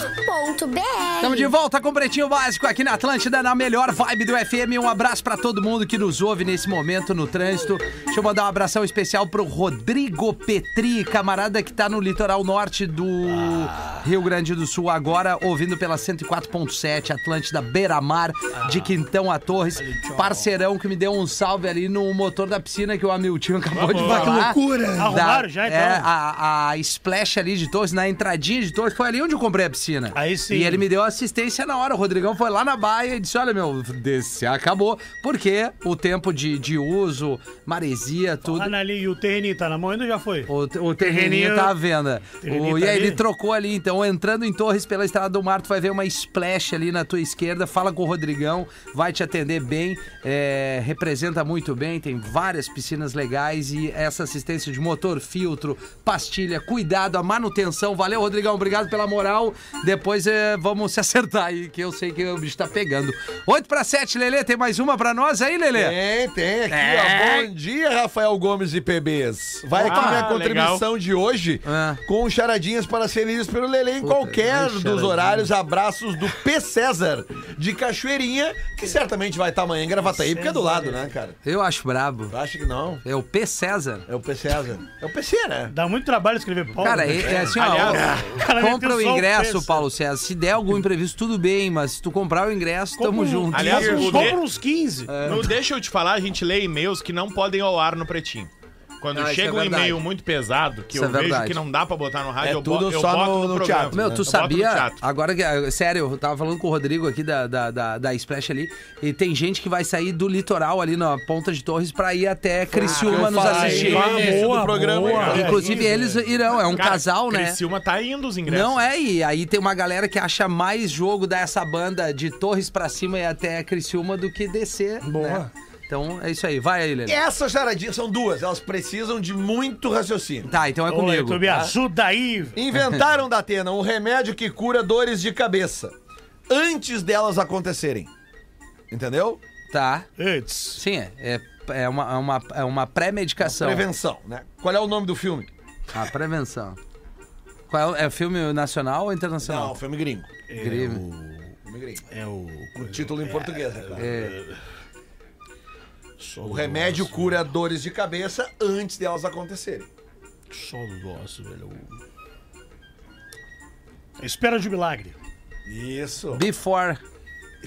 B: Estamos de volta com o Pretinho Básico aqui na Atlântida, na melhor vibe do FM. Um abraço pra todo mundo que nos ouve nesse momento no trânsito. Deixa eu mandar um abração especial pro Rodrigo Petri, camarada que tá no litoral norte do Rio Grande do Sul agora, ouvindo pela 104.7 Atlântida Beira Mar, de Quintão a Torres. Parceirão que me deu um salve ali no motor da piscina que o Hamilton acabou de falar.
F: Que loucura.
D: Arrumaram já, então?
B: É, a, a splash ali de Torres, na entradinha de Torres, foi ali onde eu comprei a piscina.
D: Aí sim.
B: E ele me deu assistência na hora. O Rodrigão foi lá na baia e disse: Olha, meu, desse acabou. Porque o tempo de, de uso, maresia, tudo.
D: Lá na ali, e o terreninho tá na mão ainda ou já foi?
B: O, o terreninho tá à venda.
D: Terreninho
B: O- e
D: tá
B: aí
D: ali?
B: ele trocou ali, então Então, entrando em Torres pela Estrada do Mar, tu vai ver uma splash ali na tua esquerda. Fala com o Rodrigão, vai te atender bem, é, representa muito bem. Tem várias piscinas legais e essa assistência de motor, filtro, pastilha, cuidado, a manutenção. Valeu, Rodrigão, obrigado pela moral. Depois é, vamos se acertar aí, que eu sei que o bicho tá pegando. 8 para 7, Lelê, tem mais uma pra nós aí, Lelê?
C: Tem, tem aqui,
B: É.
C: ó. Bom dia, Rafael Gomes e PBs. Vai aqui
E: Ah,
C: minha contribuição
E: legal.
C: de hoje
B: Ah.
C: com charadinhas para ser lidas pelo Lelê em
B: Puta,
C: qualquer
B: mais
C: dos
B: charadinha.
C: horários. Abraços do P. César de Cachoeirinha, que certamente vai estar amanhã em Gravataí, porque é do lado, né, cara?
B: Eu acho brabo.
C: Tu acha que não?
B: É o P. César.
C: É o P. César. É o PC, né?
D: Dá muito trabalho escrever Paulo.
B: Cara, é,
D: né?
B: é assim, ó,
E: Aliás,
B: ó,
D: cara
B: compra
D: meteu
B: o
D: só o
B: ingresso,
D: preço.
B: Paulo César. Se der algum imprevisto, tudo bem, mas se tu comprar o ingresso, tamo
D: Compra um-
B: junto.
E: Aliás,
D: compra uns-
E: o de-
D: compra uns 15.
B: é,
E: Não deixa eu te falar, a gente lê e-mails que não podem ir ao ar no pretinho. Quando
B: Não, isso
E: chega
B: é
E: um
B: verdade.
E: e-mail muito pesado, que
B: Isso
E: eu
B: é
E: vejo
B: verdade.
E: que não dá pra botar no rádio,
C: É
E: eu, bo
C: tudo
E: eu
C: só
E: boto
C: no-
E: no,
C: no
E: programa.
C: teatro,
B: Meu, tu
E: Eu boto no
B: sabia?
E: teatro.
B: Agora, que, ah, sério, eu tava falando com o Rodrigo aqui da, da, da, da Splash ali, e tem gente que vai sair do litoral ali na Ponta de Torres pra ir até Criciúma nos
C: falei.
B: assistir.
C: Ah,
F: boa,
C: do programa,
F: boa.
C: cara.
B: Inclusive, eles irão, é um
E: Cara,
B: casal, né?
E: Criciúma tá indo os ingressos.
B: Não é, e aí tem uma galera que acha mais jogo dessa banda de Torres pra cima e até Criciúma do que descer.
F: Boa.
B: né? Então é isso aí, vai aí, Lelê.
C: Essas charadinhas são duas, elas precisam de muito raciocínio.
B: Tá, então é
D: Ô,
B: comigo.
D: tu me ajuda aí. velho.
C: Inventaram da Atena um remédio que cura dores de cabeça antes delas acontecerem. Entendeu?
B: Tá.
D: Antes.
B: Sim, é. É, é uma, é uma, é uma pré-medicação.
C: Prevenção, né? Qual é o nome do filme?
B: A prevenção. Qual é, o- é filme nacional ou internacional?
C: filme gringo.
B: Incrível.
C: Filme gringo.
D: É o.
C: Então. O título em português, é claro.
B: É,
C: O remédio cura dores de cabeça antes delas acontecerem.
D: Só do nosso, velho. Espera de milagre.
C: Isso.
B: Before.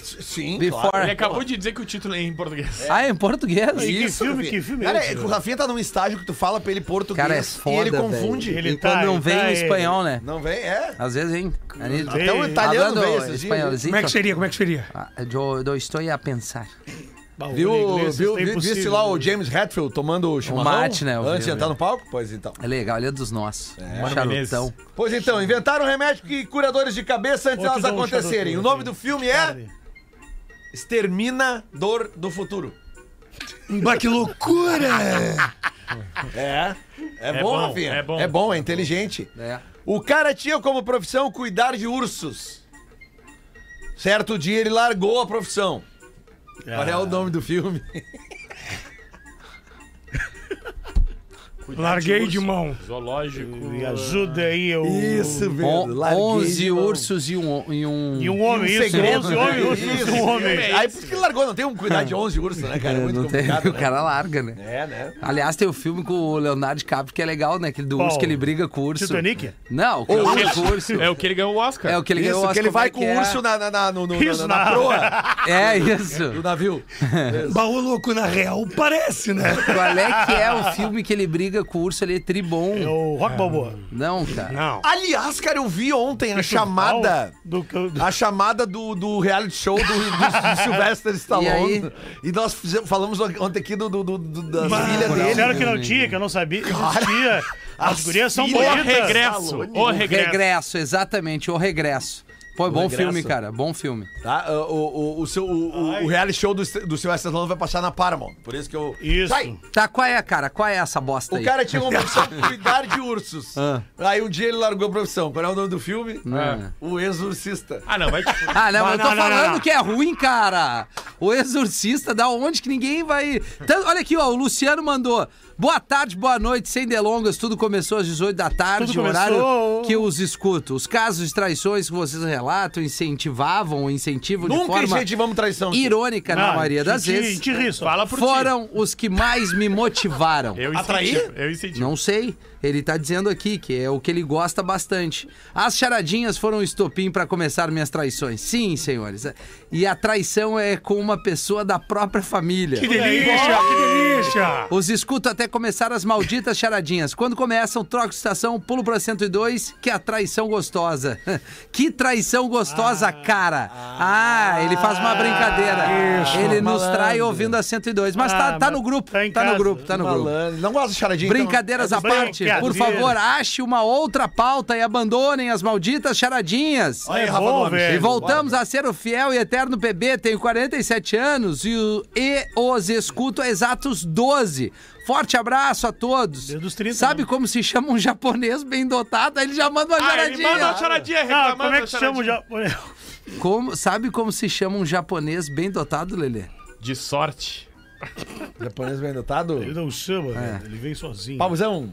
C: Sim,
B: Before.
E: Ele acabou de dizer que o título é em português.
B: Ah, é em português?
D: E que filme,
C: Rafinha.
D: que filme
C: Cara,
D: esse,
C: é que o
D: velho?
C: Rafinha tá num estágio que tu fala pra ele português
B: Cara, é foda,
C: e ele confunde.
B: velho.
D: Ele
B: e
D: tá,
B: quando não
D: ele
B: vem
D: tá,
B: em
D: ele-
B: espanhol, né?
C: Não vem? É.
B: Às vezes, hein? Tá Anito.
D: Ei,
C: Até o italiano
B: Hablando
C: veio esses dias. né?
B: espanholzinho.
F: Como é que seria? Como é que seria?
B: assim, Ah, eu, eu estou a pensar.
D: Bah, o
C: Viu,
D: inglês,
C: viu,
D: isso é
C: viu viste
D: impossível,
C: lá o
D: velho.
C: James Hetfield tomando o chimarrão?
B: mate, né, eu vi,
C: Antes de
B: eu
C: entrar
B: vi.
C: no palco? Pois então.
B: É legal, ele é dos nossos. É. Charutão.
C: Pois então, inventaram um remédio que cura dores de cabeça antes
D: Ô,
C: delas
D: te dou um
C: acontecerem.
D: charuto,
C: o nome do filme é Extermina Dor do Futuro.
F: Bah, que loucura!
C: É. É,
E: É
C: bom,
E: bom,
C: Rafinha.
E: é bom.
C: é bom, é inteligente.
B: É.
C: O cara tinha como profissão cuidar de ursos. Certo dia ele largou a profissão. Qual é o nome do filme?
F: Larguei de mão.
E: Zoológico.
D: Me ajuda aí, eu.
B: On-
C: Larguei
B: 11
C: de mão.
B: ursos e um. E um...
D: E um homem, isso.
C: segredo,
D: 11
C: né?
D: homens, ursos
C: Isso.
D: e um homem.
C: Aí por isso que ele largou, não tem um cuidar de 11 ursos, né, cara? É muito
B: não tem,
C: complicado.
B: o
C: né?
B: cara larga, né?
C: É, né?
B: Aliás, tem o filme com o Leonardo DiCaprio que é legal, né? Aquele do
D: Qual?
B: urso que ele briga com o urso.
D: Titanic?
B: Não, com o urso. urso.
E: É o que ele ganhou o Oscar.
B: É o que ele ganhou
C: Isso,
B: o
C: que ele
B: Oscar,
C: vai com
B: como é
C: o
B: que é?
C: urso na, na, na, no- no-
D: Isso,
C: na- na
D: na-
C: proa
B: É isso.
C: do navio.
F: Baú louco, na real, parece, né?
B: Qual é que é o filme que ele briga com o urso ali? É tribom.
D: É o Rock Balboa.
B: Não, cara.
F: Não.
C: Aliás, cara, eu vi ontem a chamada.
D: Do, do, do,
C: A chamada do, do reality show do, do, do Sylvester Stallone.
B: E aí?
C: E, nós fizemos, falamos ontem aqui do, do, do- do- das
D: Bah,
C: filhas
D: disseram
C: dele.
D: que não tinha, que eu não sabia. Existia. As gurias são
E: O
D: bonitas.
E: regresso. O
B: Regresso.
E: regresso.
B: exatamente, o regresso. Pô, é bom
C: Regresso.
B: filme, cara. Bom filme.
C: Tá? O, o, o, seu, o, o- o reality show do, do Sylvester Stallone vai passar na Paramount. Por isso que eu.
D: Isso.
C: Sai!
B: Tá, qual é, cara? Qual é essa bosta
C: O
B: aí?
C: cara tinha uma profissão de cuidar de ursos.
B: Ah.
C: Aí um dia ele largou a profissão. Qual é o nome do filme?
B: Ah.
C: O Exorcista.
E: Ah, não, vai te fuder.
B: Ah, não, eu tô
D: Não, não, não,
B: falando
D: não.
B: que é ruim, cara. O exorcista, da onde que ninguém vai. Tanto- olha aqui, ó, o Luciano mandou. Boa tarde, boa noite, sem delongas. Tudo começou às 18 da tarde,
D: Tudo
B: horário
D: começou.
B: que eu os escuto. Os casos de traições que vocês relatam incentivavam ou incentivam de
C: Nunca
B: forma
C: incentivamos traição.
B: irônica na
D: Ah,
B: maioria
D: te-
B: das
D: te-
B: vezes.
D: Te ri só.
E: Fala por ti.
B: Foram os que mais me motivaram.
E: Eu
C: Atrair?
E: incentivo. Eu incentivo.
B: Não sei. Ele tá dizendo aqui que é o que ele gosta bastante. As charadinhas foram o estopim pra começar minhas traições. Sim, senhores. E a traição é com uma pessoa da própria família.
F: Que delícia, que Gaúcha.
B: Os escuto até começar as malditas charadinhas. Quando começam, troco de estação, pulo pra 102, que é a traição gostosa. que traição gostosa, cara. Ah, ele faz uma brincadeira.
F: isso,
B: ele nos
C: malandro.
B: trai ouvindo a 102. Mas
D: Ah,
B: tá, tá
D: mas
B: no grupo,
D: tá
B: tá,
D: em
B: no
D: casa.
B: grupo, tá no grupo.
C: Malandro. Não gosta de charadinha? então?
B: Brincadeiras à parte,
D: Brincadeira.
B: por favor, ache uma outra pauta e abandonem as malditas charadinhas.
C: Olha aí,
D: É
C: Rafa
D: bom,
C: Gomes.
D: velho.
B: E voltamos a ser o fiel e eterno PB, tenho 47 anos e, o- e os escuto há exatos 12. Forte abraço a todos.
D: Desde os 30,
B: Sabe
D: né?
B: como se chama um japonês bem dotado? Aí Ele já manda uma
E: Ah, ele
B: charadinha.
E: manda uma charadinha
D: Ah,
E: reclamando.
D: como é que
E: da
D: chama o
E: charadinha.
D: japonês?
B: Como- sabe como se chama um japonês bem dotado, Lelê?
E: De sorte.
C: Japonês bem dotado?
D: Ele não chama,
B: É.
D: velho. Ele vem sozinho.
C: Pauzão.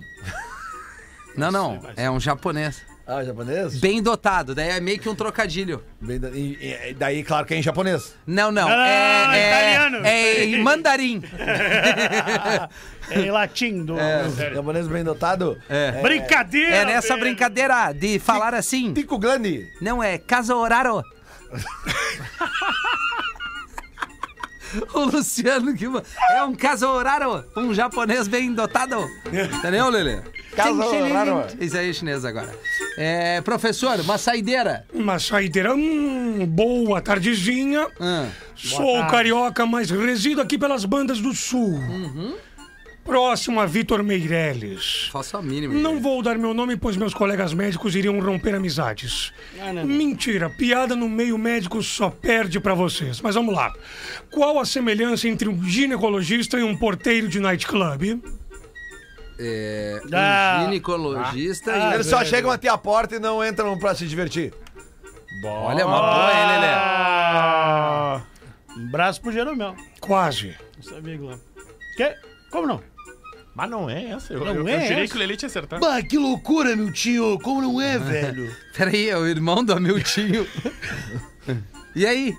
B: Não, não, é um japonês.
C: Ah, japonês?
B: Bem dotado, daí é meio que um trocadilho.
C: Bem do- e- e- e daí, claro que é em japonês.
B: Não, não,
D: Não, não,
B: é,
D: não,
B: é-
D: Ah, italiano.
B: é em mandarim.
D: É em latim do. Sério.
C: Japonês bem dotado?
B: É.
D: Brincadeira!
B: É nessa
D: velho.
B: brincadeira de falar assim.
C: Tico Glani.
B: Não é casa horaro. O Luciano que é um caso horaro, um japonês bem dotado. Entendeu, Lelê?
C: Caso
B: Tchim, tchim,
C: horaro.
B: tchim. Isso aí é chinês agora. É, professor, uma saideira.
F: Uma saideira hum, boa, tardezinha.
B: Ah,
F: Sou carioca, mas resido aqui pelas bandas do sul. Uhum. Próximo a Vitor Meirelles.
B: faço a mínima.
F: Não vou dar meu nome, pois meus colegas médicos iriam romper amizades. Mentira, piada no meio médico só perde pra vocês. Mas vamos lá. Qual a semelhança entre um ginecologista e um porteiro de nightclub?
B: É, um
D: Ah.
B: ginecologista e-
C: Eles só chegam até a porta e não entram pra se divertir.
B: Olha, uma boa, hein, Lelê?
D: Ah, um braço pro Jeromel.
F: Quase.
D: Nosso amigo lá. Que? Como não?
E: Mas não é essa. Eu,
D: Não
E: eu,
D: é
E: eu jurei
D: essa.
E: que o Lelê tinha acertado.
D: Bah, Ah, que loucura, meu tio. Como não é, velho?
B: Peraí, é o irmão do Amiltinho. e aí?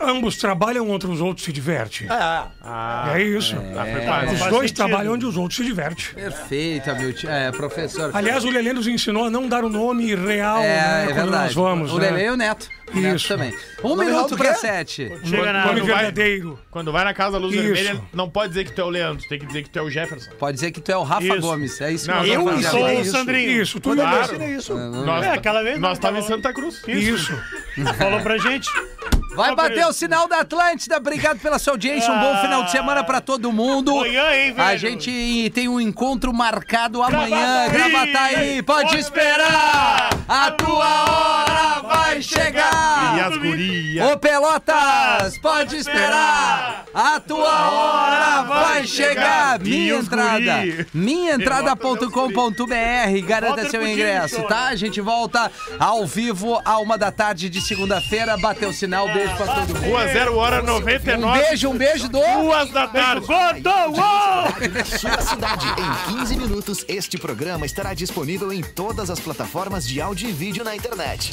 F: Ambos trabalham onde os outros se divertem.
E: Ah,
F: é isso.
E: ah, foi quase.
F: Os
D: faz
F: dois
D: sentido.
F: trabalham onde os outros se divertem.
B: Perfeito, Amiltinho. É, professor.
F: Aliás, o Lelê nos ensinou a não dar o nome real
B: É,
F: né,
B: é
F: quando nós
B: verdade.
F: vamos.
B: o
F: né?
B: Lelê e o Neto. O Neto
F: Isso.
B: também. Um
C: nome
B: minuto
C: real do
B: que é
C: quê?
B: sete.
D: Chega na.
F: Nome
E: Não vai-
F: verdadeiro.
E: Quando vai na casa da luz
F: Isso.
E: vermelha, não pode dizer que tu é o Leandro, tem que dizer que tu é o Jefferson.
B: Pode dizer que tu é o Rafa
D: Isso.
B: Gomes. É isso que
E: Não,
B: nós vamos
E: eu
B: fazer
D: sou
B: agora.
D: o Sandrinho.
F: Isso, tudo é
E: Claro.
F: isso.
C: isso?
E: Nós,
D: É, aquela vez
E: Nós
D: não,
E: tava em
D: tava-
E: Santa Cruz.
F: Isso.
D: Falou pra gente.
B: Vai
D: Não,
B: bater
D: beleza.
B: o sinal da Atlântida. Obrigado pela sua audiência. Um bom
D: Ah.
B: final de semana pra todo mundo.
D: Amanhã, hein, velho?
B: A gente tem um encontro marcado amanhã.
D: Gravataí.
B: Gravataí, pode
D: Pode
B: esperar. A tua hora vai
E: E
B: chegar.
E: as gurias.
B: Ô Pelotas, Ah, pode esperar. A tua hora vai chegar.
E: chegar.
B: Minha
E: E os
B: entrada.
E: guri.
B: Minhaentrada.com.br. Garanta
D: Walter
B: seu
D: Pudim,
B: ingresso,
D: chora.
B: tá? A gente volta ao vivo à uma da tarde de segunda-feira. Bateu o sinal. Beijo pra todo mundo.
E: Rua 0 hora
B: Um
E: 99.
B: beijo, um beijo do.
E: Duas da tarde.
D: Gordo! uou!
K: Na sua cidade, em 15 minutos, este programa estará disponível em todas as plataformas de áudio e vídeo na internet.